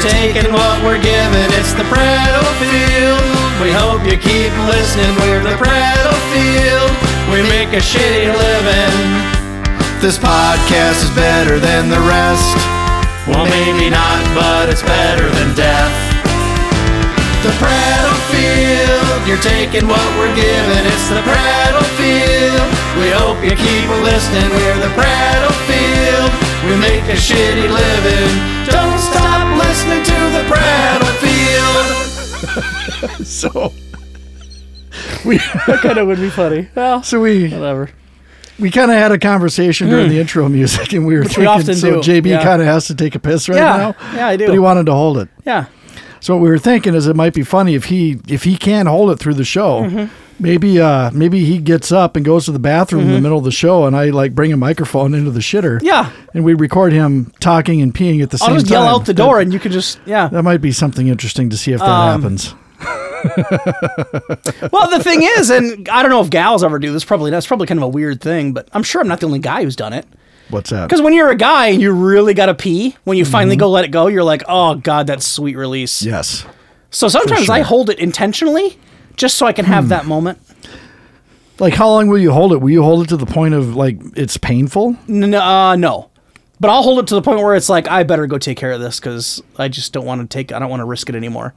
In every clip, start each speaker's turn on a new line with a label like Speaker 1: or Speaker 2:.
Speaker 1: taking what we're giving. It's the Prattle Field. We hope you keep listening. We're the Prattle Field. We make a shitty living. This podcast is better than the rest. Well, maybe not, but it's better than death. The Prattle Field. You're taking what we're giving. It's the Prattle Field. We hope you keep listening. We're the Prattle Field. We make a shitty living. Don't stop listening to the Prattle Field.
Speaker 2: So we
Speaker 3: Kind of would be funny. Well,
Speaker 2: so we
Speaker 3: whatever. Mm.
Speaker 2: we kind of had a conversation during the intro music, and we were
Speaker 3: we
Speaker 2: thinking.
Speaker 3: often
Speaker 2: so
Speaker 3: do,
Speaker 2: JB
Speaker 3: yeah.
Speaker 2: kind of has to take a piss right
Speaker 3: Yeah,
Speaker 2: now.
Speaker 3: yeah, I do.
Speaker 2: But he wanted to hold it.
Speaker 3: Yeah.
Speaker 2: So what we were thinking is it might be funny if he if he can hold it through the show.
Speaker 3: Mm-hmm.
Speaker 2: Maybe uh maybe he gets up and goes to the bathroom in the middle of the show, and I like bring a microphone into the shitter.
Speaker 3: Mm-hmm. Yeah.
Speaker 2: and we record him talking and peeing at the same
Speaker 3: I'll
Speaker 2: time.
Speaker 3: just yell out the door
Speaker 2: That,
Speaker 3: and you can just, yeah.
Speaker 2: that might be something interesting to see if that
Speaker 3: Um,
Speaker 2: happens.
Speaker 3: Well, the thing is, and I don't know if gals ever do this. Probably not. It's probably kind of a weird thing, but I'm sure I'm not the only guy who's done it.
Speaker 2: What's that?
Speaker 3: Because when you're a guy and you really got to pee, when you finally
Speaker 2: Mm-hmm.
Speaker 3: go let it go, you're like, oh, God, that's sweet release.
Speaker 2: yes.
Speaker 3: So sometimes
Speaker 2: sure.
Speaker 3: I
Speaker 2: Hmm.
Speaker 3: hold it intentionally just so I can have that moment.
Speaker 2: Like how long will you hold it? Will you hold it to the point of like it's painful?
Speaker 3: N- uh, no. But I'll hold it to the point where it's like, I better go take care of this because I just don't want to take, I don't want to risk it anymore.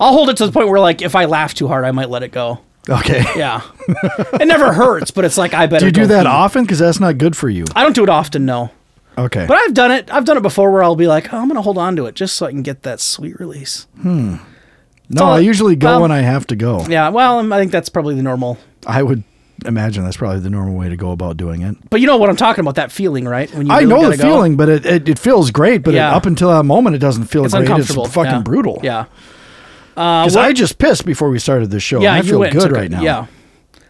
Speaker 3: I'll hold it to the point where, like, if I laugh too hard, I might let it go.
Speaker 2: Okay.
Speaker 3: Yeah. it never hurts, but it's like, I better
Speaker 2: Do you do
Speaker 3: go
Speaker 2: that
Speaker 3: pee.
Speaker 2: often? Because that's not good for you.
Speaker 3: I don't do it often, no.
Speaker 2: Okay.
Speaker 3: But I've done it. I've done it before where I'll be like, oh, I'm going to hold on to it just so I can get that sweet release.
Speaker 2: no, I
Speaker 3: all-
Speaker 2: usually go
Speaker 3: well-
Speaker 2: when I have to go.
Speaker 3: um, Yeah. Well, um, I think that's probably the normal.
Speaker 2: I would imagine that's probably the normal way to go about doing it.
Speaker 3: But you know what I'm talking about, that feeling, right? When you
Speaker 2: I
Speaker 3: really
Speaker 2: know the
Speaker 3: gotta go.
Speaker 2: feeling, but it, it, it feels great. But it-
Speaker 3: Yeah.
Speaker 2: up until that moment, it doesn't feel
Speaker 3: It's
Speaker 2: great.
Speaker 3: uncomfortable.
Speaker 2: It's fucking
Speaker 3: yeah.
Speaker 2: brutal. Uh,
Speaker 3: Yeah.
Speaker 2: 'Cause I just pissed before we started this show. and Oh,
Speaker 3: Yeah,
Speaker 2: I
Speaker 3: you
Speaker 2: feel
Speaker 3: went and
Speaker 2: good
Speaker 3: took
Speaker 2: right
Speaker 3: it.
Speaker 2: now.
Speaker 3: Yeah.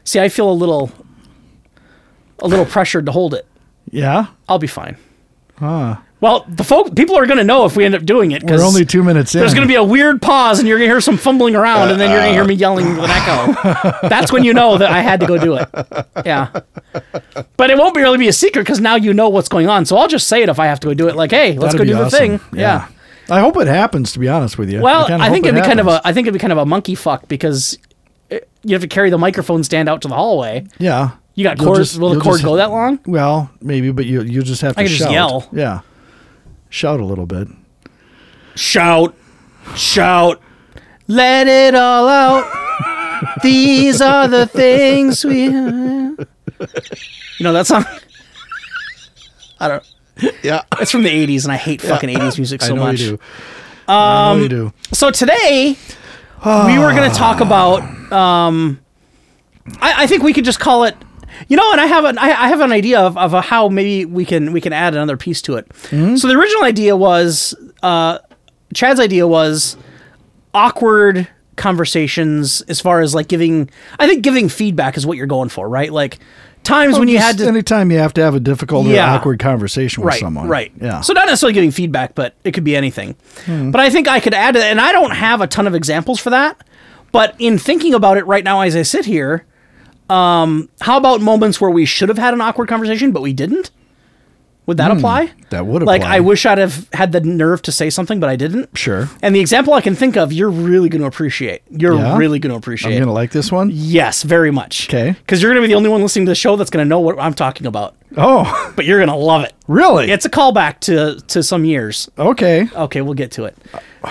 Speaker 3: See, I feel a little, a little pressured to hold it.
Speaker 2: Yeah.
Speaker 3: I'll be fine. Well, the folk people are going to know if we end up doing it
Speaker 2: We're only two Uh, minutes in.
Speaker 3: There's going to be a weird pause, and you're going to hear some fumbling around, and then you're going to hear me yelling
Speaker 2: uh,
Speaker 3: with an echo. That's when you know that I had to go do it. Yeah. But it won't be really be a secret because now you know what's going on. So I'll just say it if I have to go do it. Like, hey, let's
Speaker 2: That'd
Speaker 3: go
Speaker 2: be
Speaker 3: do the
Speaker 2: awesome.
Speaker 3: thing. yeah.
Speaker 2: I hope it happens. To be honest with you.
Speaker 3: Well,
Speaker 2: kinda
Speaker 3: I, think
Speaker 2: hope
Speaker 3: it'd be kind of a
Speaker 2: happens.
Speaker 3: I think it'd be kind of a monkey fuck because it, you have to carry the microphone stand out to the hallway.
Speaker 2: yeah.
Speaker 3: You got
Speaker 2: You'll
Speaker 3: cords?
Speaker 2: just-
Speaker 3: will the
Speaker 2: you'll
Speaker 3: cord
Speaker 2: just-
Speaker 3: go that long?
Speaker 2: Well, maybe, but you you just have to
Speaker 3: I could just
Speaker 2: shout.
Speaker 3: yell.
Speaker 2: Yeah. Shout a little bit.
Speaker 3: Shout, shout, let it all out. These are the things we. You know that song? I don't.
Speaker 2: Yeah.
Speaker 3: It's from the '80s, and I hate fucking '80s music so
Speaker 2: I know
Speaker 3: much. Um,
Speaker 2: you do. I know you do.
Speaker 3: So today, we were going
Speaker 2: Ah.
Speaker 3: to talk about. Um, I, I think we could just call it. You know, and I have an I, I have an idea of, of a how maybe we can we can add another piece to it.
Speaker 2: Hmm?
Speaker 3: So the original idea was uh, Chad's idea was awkward conversations as far as like giving I think giving feedback is what you're going for, right? Like times when you
Speaker 2: Just
Speaker 3: had to
Speaker 2: anytime you have to have a difficult or
Speaker 3: Yeah.
Speaker 2: awkward conversation with
Speaker 3: right,
Speaker 2: someone.
Speaker 3: Right.
Speaker 2: Yeah. Hmm.
Speaker 3: So not necessarily giving feedback, but it could be anything. But I think I could add to that, and I don't have a ton of examples for that. But in thinking about it right now, as I sit here, um, how about moments where we should have had an awkward conversation but we didn't? Would that apply?
Speaker 2: Hmm. that would
Speaker 3: Like
Speaker 2: apply.
Speaker 3: I wish I'd have had the nerve to say something, but I didn't.
Speaker 2: Sure.
Speaker 3: And the example I can think of, you're really going to appreciate. You're
Speaker 2: Yeah?
Speaker 3: really going to
Speaker 2: I'm
Speaker 3: appreciate.
Speaker 2: gonna like this one.
Speaker 3: yes, very much.
Speaker 2: 'Kay.
Speaker 3: Because you're going to be the only one listening to the show that's going to know what I'm talking about,
Speaker 2: Oh,
Speaker 3: but you're going to love it.
Speaker 2: really?
Speaker 3: It's a callback to to some years.
Speaker 2: okay.
Speaker 3: Okay, we'll get to it.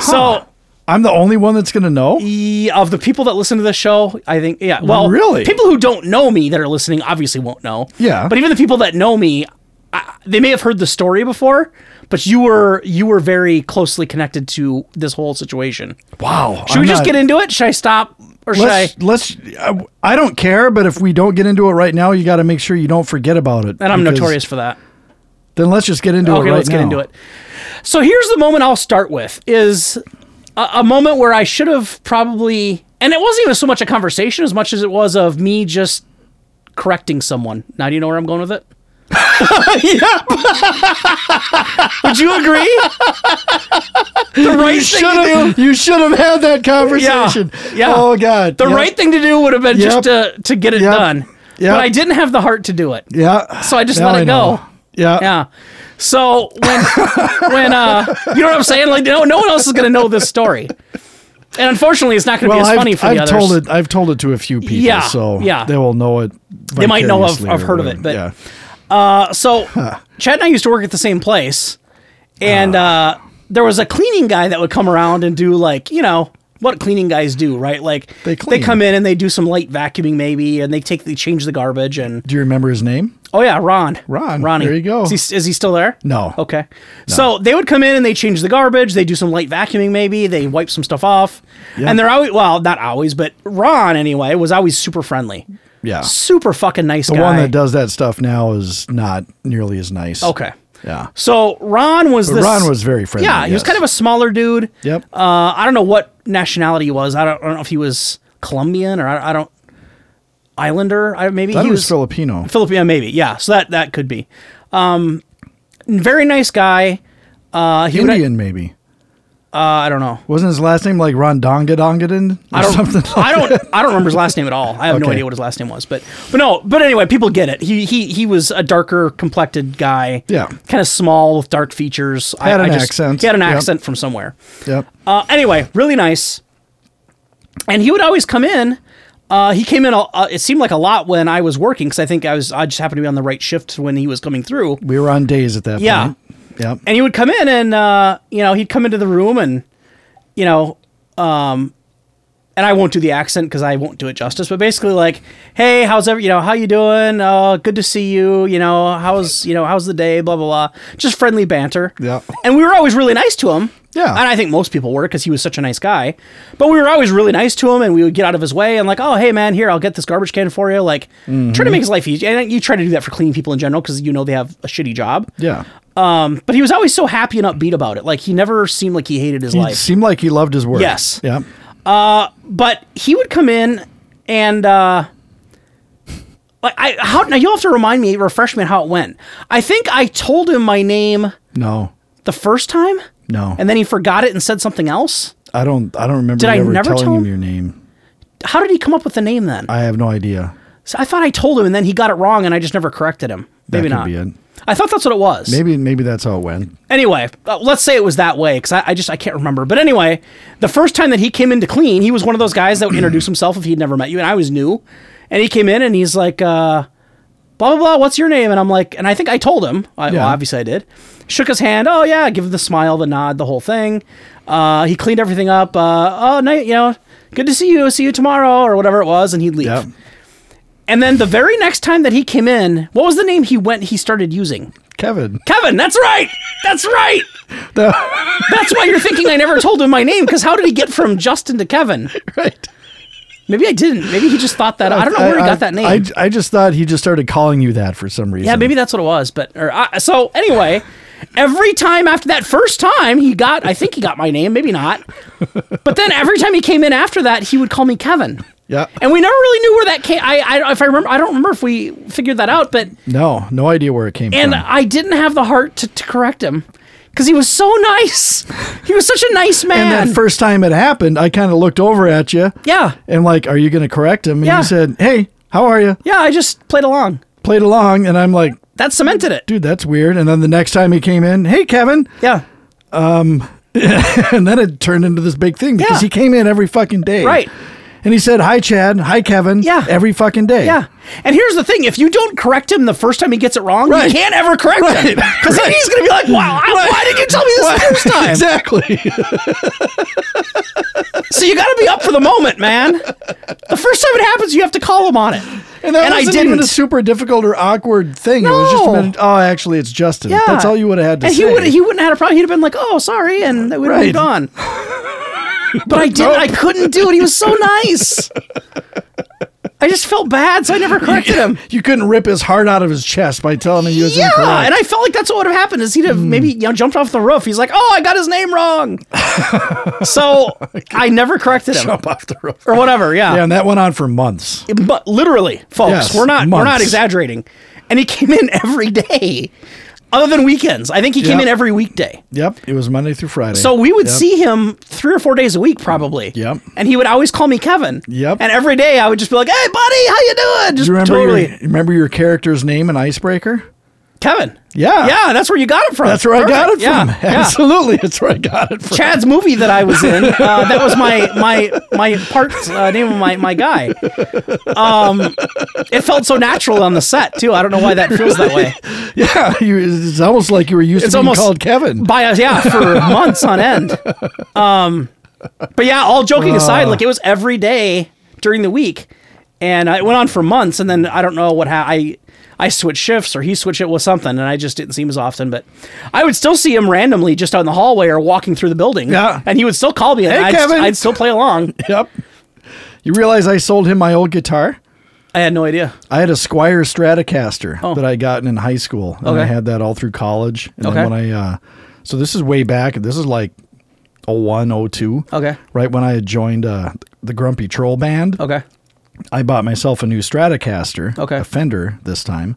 Speaker 3: So,
Speaker 2: I'm the only one that's gonna know.
Speaker 3: the, of the people that listen to this show, I think yeah. Well,
Speaker 2: Really?
Speaker 3: people who don't know me that are listening obviously won't know.
Speaker 2: Yeah.
Speaker 3: But even the people that know me, I, they may have heard the story before, but you were you were very closely connected to this whole situation.
Speaker 2: Wow.
Speaker 3: Should we just get into it? Should I stop or should I?
Speaker 2: Let's. let's I, I don't care, but if we don't get into it right now, you got to make sure you don't forget about it.
Speaker 3: And I'm
Speaker 2: because-
Speaker 3: notorious for that.
Speaker 2: Then let's just get into it
Speaker 3: okay,
Speaker 2: Oh, right
Speaker 3: let's get
Speaker 2: now.
Speaker 3: into it. So here's the moment I'll start with is a, a moment where I should have probably, and it wasn't even so much a conversation as much as it was of me just correcting someone. Now do you know where I'm going with it? Would you agree? the right thing
Speaker 2: Should
Speaker 3: to do.
Speaker 2: have. You should have had that conversation.
Speaker 3: yeah.
Speaker 2: Oh God.
Speaker 3: The
Speaker 2: Yep.
Speaker 3: right thing to do would have been just
Speaker 2: Yep.
Speaker 3: to to get it
Speaker 2: Yep.
Speaker 3: done.
Speaker 2: Yep.
Speaker 3: But I didn't have the heart to do it.
Speaker 2: Yeah.
Speaker 3: So I just
Speaker 2: Now
Speaker 3: let
Speaker 2: I
Speaker 3: it
Speaker 2: know.
Speaker 3: go.
Speaker 2: Yeah.
Speaker 3: Yeah. So when when uh, you know what I'm saying? Like no no one else is gonna know this story, and unfortunately, it's not gonna
Speaker 2: Well,
Speaker 3: be as
Speaker 2: I've,
Speaker 3: funny for the
Speaker 2: I've
Speaker 3: others.
Speaker 2: told it. I've told it to a few people,
Speaker 3: Yeah,
Speaker 2: so
Speaker 3: yeah.
Speaker 2: they will know it. They
Speaker 3: might know of- I've heard of it, but-
Speaker 2: yeah,
Speaker 3: Uh, So Chad and I used to work at the same place, and
Speaker 2: Ah.
Speaker 3: uh, there was a cleaning guy that would come around and do like you know what cleaning guys do, right? Like
Speaker 2: They clean.
Speaker 3: come in and they do some light vacuuming maybe, and they take they change the garbage and
Speaker 2: do you remember his name?
Speaker 3: oh yeah, Ron,
Speaker 2: Ron,
Speaker 3: Ronnie,
Speaker 2: there you go.
Speaker 3: Is he, is he still there?
Speaker 2: No.
Speaker 3: Okay. So they would come in and they change the garbage. They do some light vacuuming, maybe they wipe some stuff off,
Speaker 2: Yeah.
Speaker 3: and they're always well, not always, but Ron anyway was always super friendly,
Speaker 2: Yeah,
Speaker 3: super fucking nice
Speaker 2: Ah. the
Speaker 3: guy.
Speaker 2: one that does that stuff now is not nearly as nice.
Speaker 3: okay.
Speaker 2: Yeah.
Speaker 3: So Ron was this.
Speaker 2: Ron was very friendly,
Speaker 3: Yeah, he was
Speaker 2: yes.
Speaker 3: kind of a smaller dude.
Speaker 2: Yep.
Speaker 3: Uh, I don't know what nationality he was. I don't, I don't know if he was Colombian or I, I don't Islander. I maybe
Speaker 2: That
Speaker 3: he
Speaker 2: was,
Speaker 3: was,
Speaker 2: Filipino.
Speaker 3: Filipino. Maybe yeah. So that that could be. Um, very nice guy. Uh, he would-
Speaker 2: Indian, maybe.
Speaker 3: uh, I don't know.
Speaker 2: Wasn't his last name like Rondonga Dongadin or
Speaker 3: I don't.
Speaker 2: something?
Speaker 3: I don't. I don't remember his last name at all. I have no
Speaker 2: Okay.
Speaker 3: idea what his last name was, but but no. But anyway, people get it. He he he was a darker complected guy.
Speaker 2: Yeah.
Speaker 3: Kind of small with dark features.
Speaker 2: Had an accent.
Speaker 3: He had an
Speaker 2: Yep.
Speaker 3: accent from somewhere.
Speaker 2: Yep.
Speaker 3: Uh, anyway, really nice. And he would always come in. Uh, he came in. A, uh, it seemed like a lot when I was working because I think I was. I just happened to be on the right shift when he was coming through.
Speaker 2: We were on days at that
Speaker 3: Yeah.
Speaker 2: point. Yeah.
Speaker 3: And he would come in and uh, you know he'd come into the room and you know um, and I won't do the accent because I won't do it justice. But basically like, hey, how's every you know how you doing? Uh, good to see you. You know how's you know how's the day? Blah blah blah. Just friendly banter.
Speaker 2: Yeah.
Speaker 3: And we were always really nice to him.
Speaker 2: Yeah.
Speaker 3: And I think most people were because he was such a nice guy. But we were always really nice to him and we would get out of his way and, like, oh, hey, man, here, I'll get this garbage can for you. Like, try
Speaker 2: Mm-hmm.
Speaker 3: to make his life easy. And you try to do that for clean people in general because you know they have a shitty job.
Speaker 2: Yeah.
Speaker 3: Um, but he was always so happy and upbeat about it. Like, he never seemed like he hated his
Speaker 2: He
Speaker 3: life.
Speaker 2: seemed like he loved his work.
Speaker 3: Yes.
Speaker 2: Yeah.
Speaker 3: But he would come in and, uh, like, I, how, now you'll have to remind me, refresh me on how it went. I think I told him my name
Speaker 2: No.
Speaker 3: the first time.
Speaker 2: No.
Speaker 3: And then he forgot it and said something else.
Speaker 2: I don't. I don't remember.
Speaker 3: Did I
Speaker 2: ever
Speaker 3: never
Speaker 2: telling
Speaker 3: tell
Speaker 2: him
Speaker 3: him?
Speaker 2: your name?
Speaker 3: How did he come up with the name then?
Speaker 2: I have no idea.
Speaker 3: So I thought I told him, and then he got it wrong, and I just never corrected him.
Speaker 2: That
Speaker 3: Maybe
Speaker 2: could
Speaker 3: not.
Speaker 2: be it.
Speaker 3: I thought that's what it was.
Speaker 2: Maybe. Maybe that's how it went.
Speaker 3: Anyway, uh, let's say it was that way because I, I just I can't remember. But anyway, the first time that he came in to clean, he was one of those guys that would introduce himself if he'd never met you, and I was new, and he came in and he's like, uh, blah blah blah, what's your name? And I'm like, and I think I told him. I, well,
Speaker 2: Yeah.
Speaker 3: obviously I did. Shook his hand. Oh yeah, give him the smile, the nod, the whole thing. Uh, he cleaned everything up. Uh, oh, night, you know, good to see you. See you tomorrow or whatever it was, and he'd leave.
Speaker 2: Yeah.
Speaker 3: And then the very next time that he came in, what was the name he went he started using?
Speaker 2: Kevin.
Speaker 3: Kevin, that's right. That's right. That's why you're thinking I never told him my name because how did he get from Justin to Kevin?
Speaker 2: right.
Speaker 3: Maybe I didn't. Maybe he just thought that. I don't know where he
Speaker 2: I-
Speaker 3: got that name.
Speaker 2: I, I just thought he just started calling you that for some reason.
Speaker 3: yeah, maybe that's what it was. But or I, so anyway, every time after that first time he got, I think he got my name, maybe not. But then every time he came in after that, he would call me Kevin.
Speaker 2: Yeah.
Speaker 3: And we never really knew where that came. I, I if I remember, I don't remember if we figured that out, but
Speaker 2: No. No idea where it came
Speaker 3: and
Speaker 2: from.
Speaker 3: I didn't have the heart to, to correct him because he was so nice. He was such a nice
Speaker 2: and
Speaker 3: man.
Speaker 2: that first time it happened, I kind of looked over at you.
Speaker 3: yeah,
Speaker 2: And like, are you going to correct him? And
Speaker 3: Yeah.
Speaker 2: he said, "Hey, how are you?"
Speaker 3: yeah, I just played along.
Speaker 2: Played along, and I'm like,
Speaker 3: That cemented it.
Speaker 2: "Dude, that's weird." And then the next time he came in, "Hey, Kevin,"
Speaker 3: Yeah,
Speaker 2: and then it turned into this big thing because
Speaker 3: Yeah.
Speaker 2: he came in every fucking day,
Speaker 3: Right.
Speaker 2: And he said, "Hi, Chad. Hi, Kevin."
Speaker 3: Yeah.
Speaker 2: Every fucking day.
Speaker 3: yeah. And here's the thing: if you don't correct him the first time he gets it wrong,
Speaker 2: Right.
Speaker 3: you can't ever correct
Speaker 2: Right.
Speaker 3: him because then
Speaker 2: Right.
Speaker 3: he's gonna be like, "Wow, I, why did you tell me this the first time?"
Speaker 2: exactly.
Speaker 3: So you got to be up for the moment, man. The first time it happens, you have to call him on it.
Speaker 2: And that
Speaker 3: And I
Speaker 2: wasn't even
Speaker 3: didn't.
Speaker 2: a super difficult or awkward thing. It was just
Speaker 3: No.
Speaker 2: a minute, oh, actually, it's Justin.
Speaker 3: Yeah.
Speaker 2: That's all you would have had to
Speaker 3: and
Speaker 2: say.
Speaker 3: he would he wouldn't have had a problem. He'd have been like, "Oh, sorry," and we'd have
Speaker 2: Right.
Speaker 3: moved on. But I didn't. I couldn't do it. He was so nice. I just felt bad, so I never corrected him.
Speaker 2: you couldn't rip his heart out of his chest by telling him he was
Speaker 3: Yeah,
Speaker 2: incorrect. Hmm.
Speaker 3: and I felt like that's what would have happened. Is he'd have maybe you know jumped off the roof? He's like, "Oh, I got his name wrong," so I never corrected him
Speaker 2: Jump off the roof.
Speaker 3: or whatever. Yeah,
Speaker 2: Yeah, and that went on for months.
Speaker 3: but literally, folks,
Speaker 2: Yes,
Speaker 3: we're not we're not
Speaker 2: months.
Speaker 3: exaggerating. And he came in every day, other than weekends. I think he came
Speaker 2: Yeah.
Speaker 3: in every weekday.
Speaker 2: Yep, it was Monday through Friday.
Speaker 3: So we would
Speaker 2: Yep.
Speaker 3: see him three or four days a week, probably.
Speaker 2: Yep.
Speaker 3: And he would always call me Kevin.
Speaker 2: Yep.
Speaker 3: And every day I would just be like, "Hey, buddy, how you doing?" Just
Speaker 2: Do you remember
Speaker 3: totally
Speaker 2: your, you remember your character's name in Icebreaker?
Speaker 3: Kevin.
Speaker 2: Yeah.
Speaker 3: Yeah, that's where you got it from.
Speaker 2: That's where I got it
Speaker 3: Perfect.
Speaker 2: from.
Speaker 3: Yeah, yeah.
Speaker 2: Absolutely, that's where I got it from.
Speaker 3: Chad's movie that I was in. Uh, that was my my my part uh, name of my my guy. Um, it felt so natural on the set too. I don't know why that feels that way.
Speaker 2: Yeah, you, it's almost like you were used
Speaker 3: It's
Speaker 2: to being
Speaker 3: almost-
Speaker 2: called Kevin.
Speaker 3: By us, yeah, for months on end. Um, but yeah, all joking
Speaker 2: Uh.
Speaker 3: aside, like it was every day during the week, and I- it went on for months. And then I don't know what ha- I I switched shifts or he switched it with something, and I just didn't see him as often. But I would still see him randomly just out in the hallway or walking through the building.
Speaker 2: Yeah.
Speaker 3: and he would still call me, and
Speaker 2: Hey,
Speaker 3: I'd,
Speaker 2: Kevin.
Speaker 3: I'd still play along.
Speaker 2: Yep. You realize I sold him my old guitar?
Speaker 3: I had no idea.
Speaker 2: I had a Squire Stratocaster
Speaker 3: Oh.
Speaker 2: that I gotten in high school, and I
Speaker 3: Okay.
Speaker 2: had that all through college. And
Speaker 3: Okay.
Speaker 2: then when I, uh, so this is way back. This is like 01, 02.
Speaker 3: Okay.
Speaker 2: Right when I had joined uh, the Grumpy Troll Band.
Speaker 3: Okay.
Speaker 2: I bought myself a new Stratocaster,
Speaker 3: Okay.
Speaker 2: a Fender this time,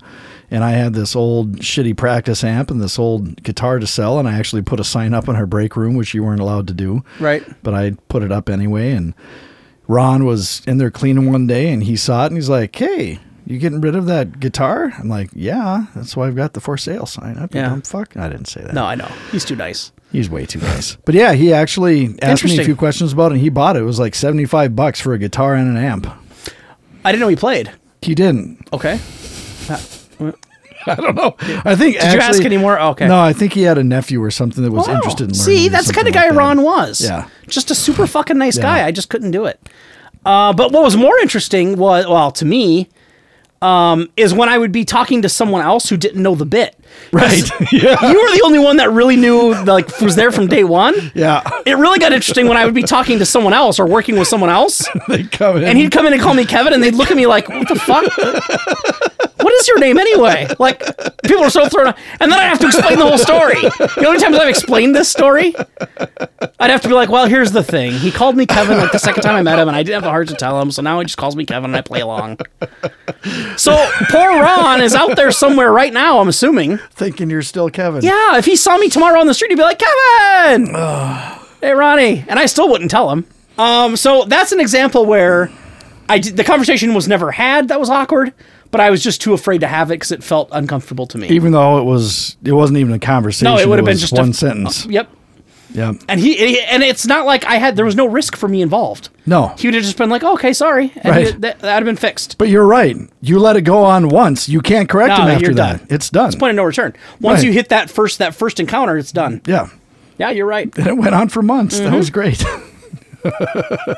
Speaker 2: and I had this old shitty practice amp and this old guitar to sell, and I actually put a sign up in our break room, which you weren't allowed to do,
Speaker 3: Right.
Speaker 2: But I put it up anyway, and Ron was in there cleaning one day, and he saw it, and he's like, "Hey, you getting rid of that guitar?" I'm like, "Yeah, that's why I've got the for sale sign up." You
Speaker 3: Yeah.
Speaker 2: dumb fuck. I didn't say that.
Speaker 3: No, I know. He's too nice.
Speaker 2: He's way too nice. But yeah, he actually asked me a
Speaker 3: Interesting.
Speaker 2: few questions about it, and he bought it. It was like seventy five bucks for a guitar and an amp.
Speaker 3: I didn't know he played.
Speaker 2: He didn't.
Speaker 3: Okay.
Speaker 2: I don't know. I think. Did
Speaker 3: you ask any more? Oh, Okay.
Speaker 2: No, I think he had a nephew or something that was
Speaker 3: Wow.
Speaker 2: interested in learning.
Speaker 3: Oh, See,
Speaker 2: or
Speaker 3: that's the kind
Speaker 2: something
Speaker 3: of guy
Speaker 2: like that.
Speaker 3: Ron was.
Speaker 2: Yeah.
Speaker 3: Just a super fucking nice
Speaker 2: Yeah.
Speaker 3: guy. I just couldn't do it. Uh, but what was more interesting was, well, to me, um, is when I would be talking to someone else who didn't know the bit.
Speaker 2: Right. yeah.
Speaker 3: You were the only one that really knew, like, was there from day one.
Speaker 2: Yeah.
Speaker 3: It really got interesting when I would be talking to someone else or working with someone else,
Speaker 2: they come in.
Speaker 3: and he'd come in and call me Kevin, and they'd look at me like, "What the fuck? What is your name anyway?" Like, people are so thrown off, and then I have to explain the whole story. You know how many times I've explained this story? I'd have to be like, "Well, here's the thing. He called me Kevin like the second time I met him, and I didn't have the heart to tell him, so now he just calls me Kevin, and I play along." So poor Ron is out there somewhere right now. I'm assuming.
Speaker 2: thinking you're still Kevin.
Speaker 3: Yeah, if he saw me tomorrow on the street, he'd be like, Kevin! hey, Ronnie. And I still wouldn't tell him. Um, so that's an example where I did, the conversation was never had. That was awkward, but I was just too afraid to have it because it felt uncomfortable to me.
Speaker 2: Even though it was, it wasn't even a conversation.
Speaker 3: no, it would have been
Speaker 2: was
Speaker 3: just a- uh,
Speaker 2: one sentence.
Speaker 3: Yep.
Speaker 2: yeah.
Speaker 3: And he and it's not like I had there was no risk for me involved.
Speaker 2: No.
Speaker 3: He would have just been like, okay, sorry. And
Speaker 2: Right.
Speaker 3: he'd- that would have been fixed.
Speaker 2: But you're right. You let it go on once. You can't correct
Speaker 3: No,
Speaker 2: him after
Speaker 3: you're
Speaker 2: that.
Speaker 3: done.
Speaker 2: It's done.
Speaker 3: Point of no return. Once
Speaker 2: Right.
Speaker 3: you hit that first that first encounter, it's done.
Speaker 2: yeah.
Speaker 3: Yeah, you're right.
Speaker 2: And it went on for months. That
Speaker 3: Mm-hmm.
Speaker 2: was great. hey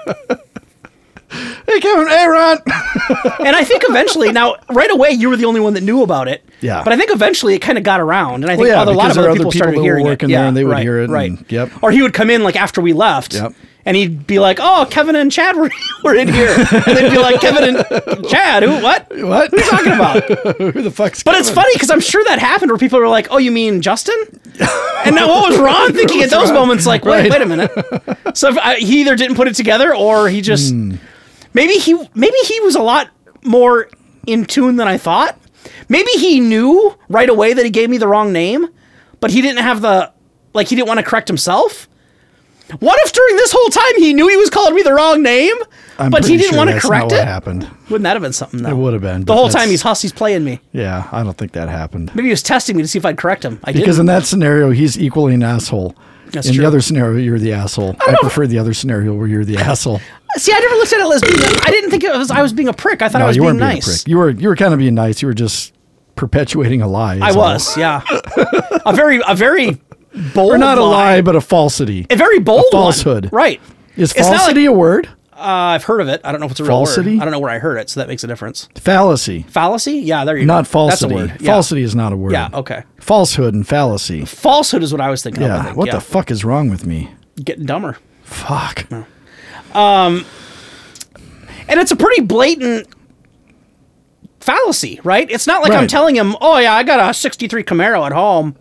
Speaker 2: Kevin. Hey Ron.
Speaker 3: and I think eventually, now right away, you were the only one that knew about it.
Speaker 2: Yeah.
Speaker 3: But I think eventually it kind of got around, and I think
Speaker 2: Well, yeah,
Speaker 3: other, a lot
Speaker 2: because
Speaker 3: of
Speaker 2: there are
Speaker 3: other
Speaker 2: other
Speaker 3: people,
Speaker 2: people
Speaker 3: started
Speaker 2: that were
Speaker 3: hearing
Speaker 2: working
Speaker 3: it.
Speaker 2: there,
Speaker 3: yeah,
Speaker 2: and they would
Speaker 3: right,
Speaker 2: hear it,
Speaker 3: Right.
Speaker 2: and- yep.
Speaker 3: Or he would come in like after we left.
Speaker 2: Yep.
Speaker 3: And he'd be like, "Oh, Kevin and Chad were, were in here," and they'd be like, "Kevin and Chad, who? What?
Speaker 2: What?
Speaker 3: What are you talking about?"
Speaker 2: Who the fuck's?
Speaker 3: But it's funny because I'm sure that happened where people were like, "Oh, you mean Justin?" And now what was Ron thinking at those moments? Like, wait,
Speaker 2: Right.
Speaker 3: wait a minute. So if I, he either didn't put it together or he just
Speaker 2: Hmm.
Speaker 3: maybe he maybe he was a lot more in tune than I thought. Maybe he knew right away that he gave me the wrong name, but he didn't have the like he didn't want to correct himself. What if during this whole time he knew he was calling me the wrong name,
Speaker 2: I'm
Speaker 3: but he
Speaker 2: pretty
Speaker 3: didn't
Speaker 2: sure
Speaker 3: want to
Speaker 2: that's
Speaker 3: correct
Speaker 2: not
Speaker 3: it?
Speaker 2: What happened?
Speaker 3: Wouldn't that have been something though?
Speaker 2: It would have been,
Speaker 3: The
Speaker 2: but
Speaker 3: whole
Speaker 2: that's-
Speaker 3: time he's Hussey's playing me.
Speaker 2: Yeah, I don't think that happened.
Speaker 3: Maybe he was testing me to see if I'd correct him. I
Speaker 2: Because
Speaker 3: didn't.
Speaker 2: in that scenario, he's equally an asshole.
Speaker 3: That's
Speaker 2: in
Speaker 3: true.
Speaker 2: the other scenario, you're the asshole. I, prefer the other scenario where you're the asshole.
Speaker 3: See, I never looked at it as being. I didn't think it was. I was being a prick. I thought I was
Speaker 2: you
Speaker 3: being
Speaker 2: weren't being
Speaker 3: nice.
Speaker 2: a prick. You were you were kind of being nice. You were just perpetuating a lie.
Speaker 3: I
Speaker 2: is all.
Speaker 3: was, yeah. a very, a very bold.
Speaker 2: Or not a lie, but a falsity.
Speaker 3: A very bold one.
Speaker 2: falsehood.
Speaker 3: Right.
Speaker 2: Is
Speaker 3: It's not
Speaker 2: falsity a word?
Speaker 3: Uh, I've heard of it. I don't know if it's a real
Speaker 2: Falsity?
Speaker 3: word. I don't know where I heard it, so that makes a difference.
Speaker 2: Fallacy,
Speaker 3: Fallacy? Yeah, there you go.
Speaker 2: not falsity.
Speaker 3: That's a word. Yeah.
Speaker 2: Falsity is not a word.
Speaker 3: Yeah, okay.
Speaker 2: Falsehood and fallacy.
Speaker 3: Falsehood is what I was thinking of. I
Speaker 2: Yeah.
Speaker 3: think,
Speaker 2: What
Speaker 3: yeah.
Speaker 2: the fuck is wrong with me?
Speaker 3: Getting dumber.
Speaker 2: Fuck.
Speaker 3: And it's a pretty blatant fallacy, right? It's not like I'm
Speaker 2: Right.
Speaker 3: telling him, "Oh yeah, I got a '63 Camaro at home."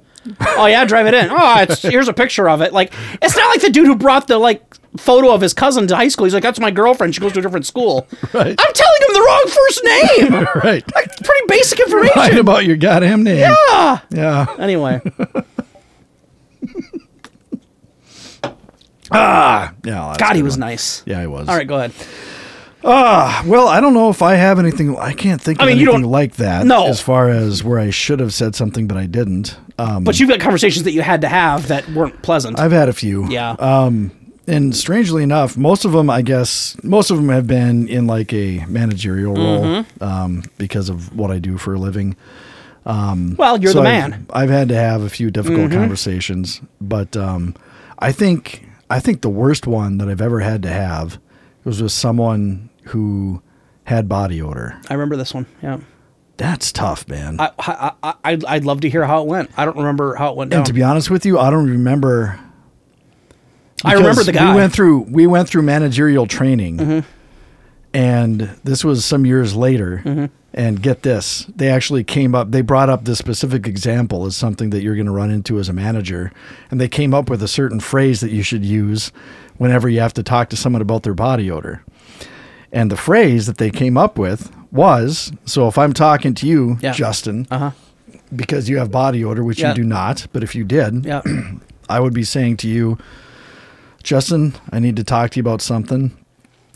Speaker 3: oh yeah, drive it in. Oh, it's, here's a picture of it. Like, it's not like the dude who brought the like photo of his cousin to high school. He's like, "That's my girlfriend. She goes to a different school."
Speaker 2: Right.
Speaker 3: I'm telling him the wrong first name.
Speaker 2: Right.
Speaker 3: Like, pretty basic
Speaker 2: Lying
Speaker 3: information.
Speaker 2: about your goddamn name.
Speaker 3: Ah.
Speaker 2: Yeah.
Speaker 3: Anyway,
Speaker 2: Yeah. that's a
Speaker 3: God, he
Speaker 2: good
Speaker 3: was
Speaker 2: one.
Speaker 3: nice.
Speaker 2: Yeah, he was.
Speaker 3: All right, go ahead.
Speaker 2: Ah, well, I don't know if I have anything. I can't think of
Speaker 3: I mean, you
Speaker 2: anything
Speaker 3: don't-
Speaker 2: like that.
Speaker 3: No.
Speaker 2: as far as where I should have said something but I didn't. Um,
Speaker 3: But you've got conversations that you had to have that weren't pleasant.
Speaker 2: I've um, had a few.
Speaker 3: yeah.
Speaker 2: and strangely enough, most of them, I guess, most of them have been in like a managerial role
Speaker 3: Mm-hmm.
Speaker 2: um, because of what I do for a living.
Speaker 3: well, you're
Speaker 2: So
Speaker 3: the
Speaker 2: I've-
Speaker 3: man. Mm-hmm.
Speaker 2: I've, had to have a few difficult conversations, but um, I think I think the worst one that I've ever had to have was with someone who had body odor.
Speaker 3: I remember this one. Yeah.
Speaker 2: That's tough, man.
Speaker 3: I, I, I, I'd, I'd love to hear how it went. I don't remember how it went down.
Speaker 2: and to be honest with you, I don't remember.
Speaker 3: I remember
Speaker 2: because
Speaker 3: the guy.
Speaker 2: We went through we went through managerial training, and this was some years later. And get this, they actually came up. They brought up this specific example as something that you're going to run into as a manager, and they came up with a certain phrase that you should use whenever you have to talk to someone about their body odor. And the phrase that they came up with was, so if I'm talking to you,
Speaker 3: Yeah.
Speaker 2: Justin,
Speaker 3: Uh-huh.
Speaker 2: because you have body odor, which
Speaker 3: Yeah.
Speaker 2: you do not, but if you did,
Speaker 3: Yeah.
Speaker 2: I would be saying to you, Justin, I need to talk to you about something.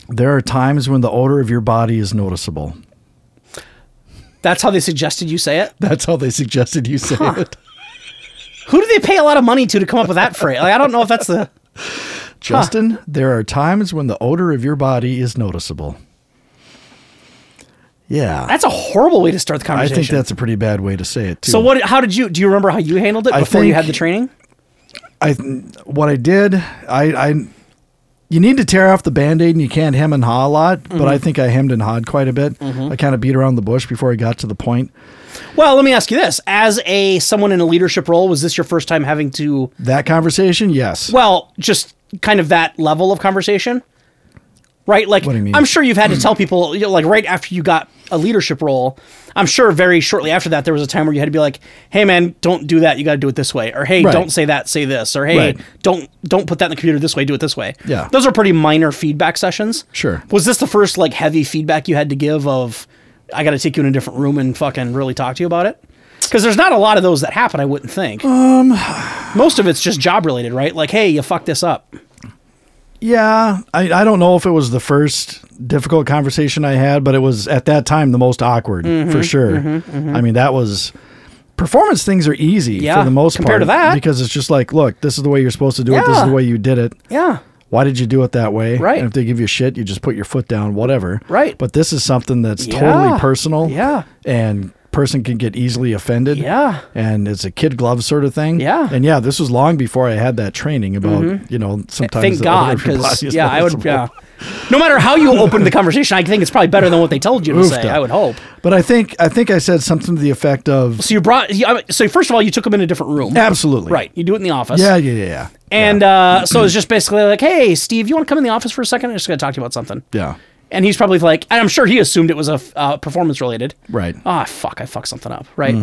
Speaker 2: There are times when the odor of your body is noticeable.
Speaker 3: That's how they suggested you say it.
Speaker 2: That's how they suggested you say it.
Speaker 3: Who do they pay a lot of money to to come up with that phrase? Like, I don't know if that's the.
Speaker 2: Justin, there are times when the odor of your body is noticeable. Yeah.
Speaker 3: That's a horrible way to start the
Speaker 2: I
Speaker 3: conversation.
Speaker 2: think that's a pretty bad way to say it, too.
Speaker 3: So what? How did you? Do you remember how you handled it
Speaker 2: I
Speaker 3: before you
Speaker 2: think-
Speaker 3: had the training?
Speaker 2: I what I did, I, I you need to tear off the band-aid and you can't hem and haw a lot,
Speaker 3: Mm-hmm.
Speaker 2: but I think I hemmed and hawed quite a bit. I kind of beat around the bush before I got to the point.
Speaker 3: Well, let me ask you this: as a someone in a leadership role, was this your first time having to?
Speaker 2: That conversation, yes.
Speaker 3: Well, just kind of that level of conversation, right? Like,
Speaker 2: What do you mean?
Speaker 3: I'm sure you've had to tell people, you know, like right after you got a leadership role. I'm sure very shortly after that, there was a time where you had to be like, "Hey, man, don't do that. You got to do it this way," or "Hey,
Speaker 2: Right.
Speaker 3: don't say that. Say this," or "Hey,
Speaker 2: Right.
Speaker 3: don't don't put that in the computer this way. Do it this way."
Speaker 2: Yeah.
Speaker 3: those are pretty minor feedback sessions.
Speaker 2: Sure.
Speaker 3: Was this the first like heavy feedback you had to give of? I got to take you in a different room and fucking really talk to you about it. Because there's not a lot of those that happen, I wouldn't think. Um, most of it's just job related, right? Like, hey, you fucked this up.
Speaker 2: Yeah, I, I don't know if it was the first difficult conversation I had, but it was at that time the most awkward
Speaker 3: Mm-hmm,
Speaker 2: for sure. I mean, that was performance things are easy
Speaker 3: Yeah,
Speaker 2: for the most part
Speaker 3: compared to that.
Speaker 2: because it's just like, look, this is the way you're supposed to do it. This is
Speaker 3: Yeah.
Speaker 2: the way you did it.
Speaker 3: Yeah.
Speaker 2: Why did you do it that way?
Speaker 3: Right.
Speaker 2: And if they give you shit, you just put your foot down, whatever.
Speaker 3: Right.
Speaker 2: But this is something that's
Speaker 3: Yeah.
Speaker 2: totally personal.
Speaker 3: Yeah.
Speaker 2: And person can get easily offended.
Speaker 3: Yeah.
Speaker 2: And it's a kid glove sort of thing.
Speaker 3: Yeah. Mm-hmm.
Speaker 2: And yeah, this was long before I had that training about, you know, sometimes
Speaker 3: Thank
Speaker 2: the
Speaker 3: God,
Speaker 2: odor of your
Speaker 3: because
Speaker 2: body is
Speaker 3: yeah, I would.
Speaker 2: noticeable.
Speaker 3: Yeah. No matter how you open the conversation, I think it's probably better than what they told you to
Speaker 2: Oofed
Speaker 3: say.
Speaker 2: up.
Speaker 3: I would hope.
Speaker 2: But I think I think I said something to the effect of
Speaker 3: So you brought. you- I mean, So first of all, you took them in a different room.
Speaker 2: absolutely
Speaker 3: Right. You do it in the office.
Speaker 2: Yeah, yeah, yeah, yeah.
Speaker 3: And uh, so it's just basically like, hey, Steve, you want to come in the office for a second? I'm just going to talk to you about something.
Speaker 2: yeah,
Speaker 3: And he's probably like, and I'm sure he assumed it was a f- uh, performance related.
Speaker 2: right. Mm-hmm.
Speaker 3: Ah, fuck, I fucked something up. Right.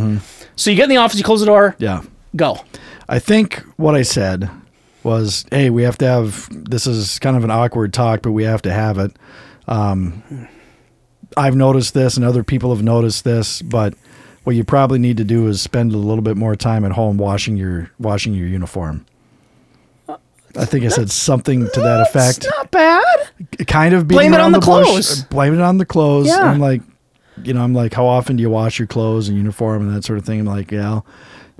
Speaker 3: So you get in the office, you close the door.
Speaker 2: Yeah,
Speaker 3: Go.
Speaker 2: I think what I said was, "Hey, we have to have this is kind of an awkward talk, but we have to have it." Um, I've noticed this, and other people have noticed this, but what you probably need to do is spend a little bit more time at home washing your washing your uniform.
Speaker 3: Uh,
Speaker 2: I think I said something to that effect.
Speaker 3: It's not bad.
Speaker 2: kind of beating
Speaker 3: Blame it
Speaker 2: around
Speaker 3: on the
Speaker 2: bush,
Speaker 3: clothes.
Speaker 2: uh, blame it on the clothes.
Speaker 3: Yeah.
Speaker 2: I'm like, you know, I'm like, how often do you wash your clothes and uniform and that sort of thing? I'm like, yeah, you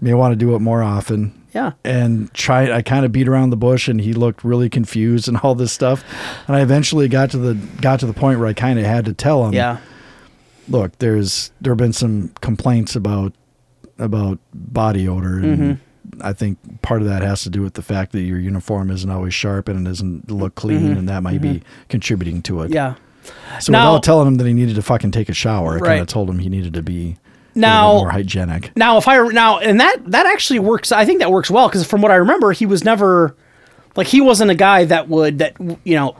Speaker 2: may want to do it more often.
Speaker 3: Yeah.
Speaker 2: And try. I kind of beat around the bush, and he looked really confused and all this stuff. And I eventually got to the got to the point where I kind of had to tell him,
Speaker 3: Yeah.
Speaker 2: look, there's there have been some complaints about about body odor and
Speaker 3: Mm-hmm.
Speaker 2: I think part of that has to do with the fact that your uniform isn't always sharp and it doesn't look clean and that might be contributing to it.
Speaker 3: Mm-hmm. Yeah.
Speaker 2: So
Speaker 3: Now-
Speaker 2: without telling him that he needed to fucking take a shower, I kind
Speaker 3: Right.
Speaker 2: of told him he needed to be a little bit
Speaker 3: Now-
Speaker 2: more hygienic.
Speaker 3: Now, if I now and that that actually works, I think that works well because from what I remember, he was never like he wasn't a guy that would that you know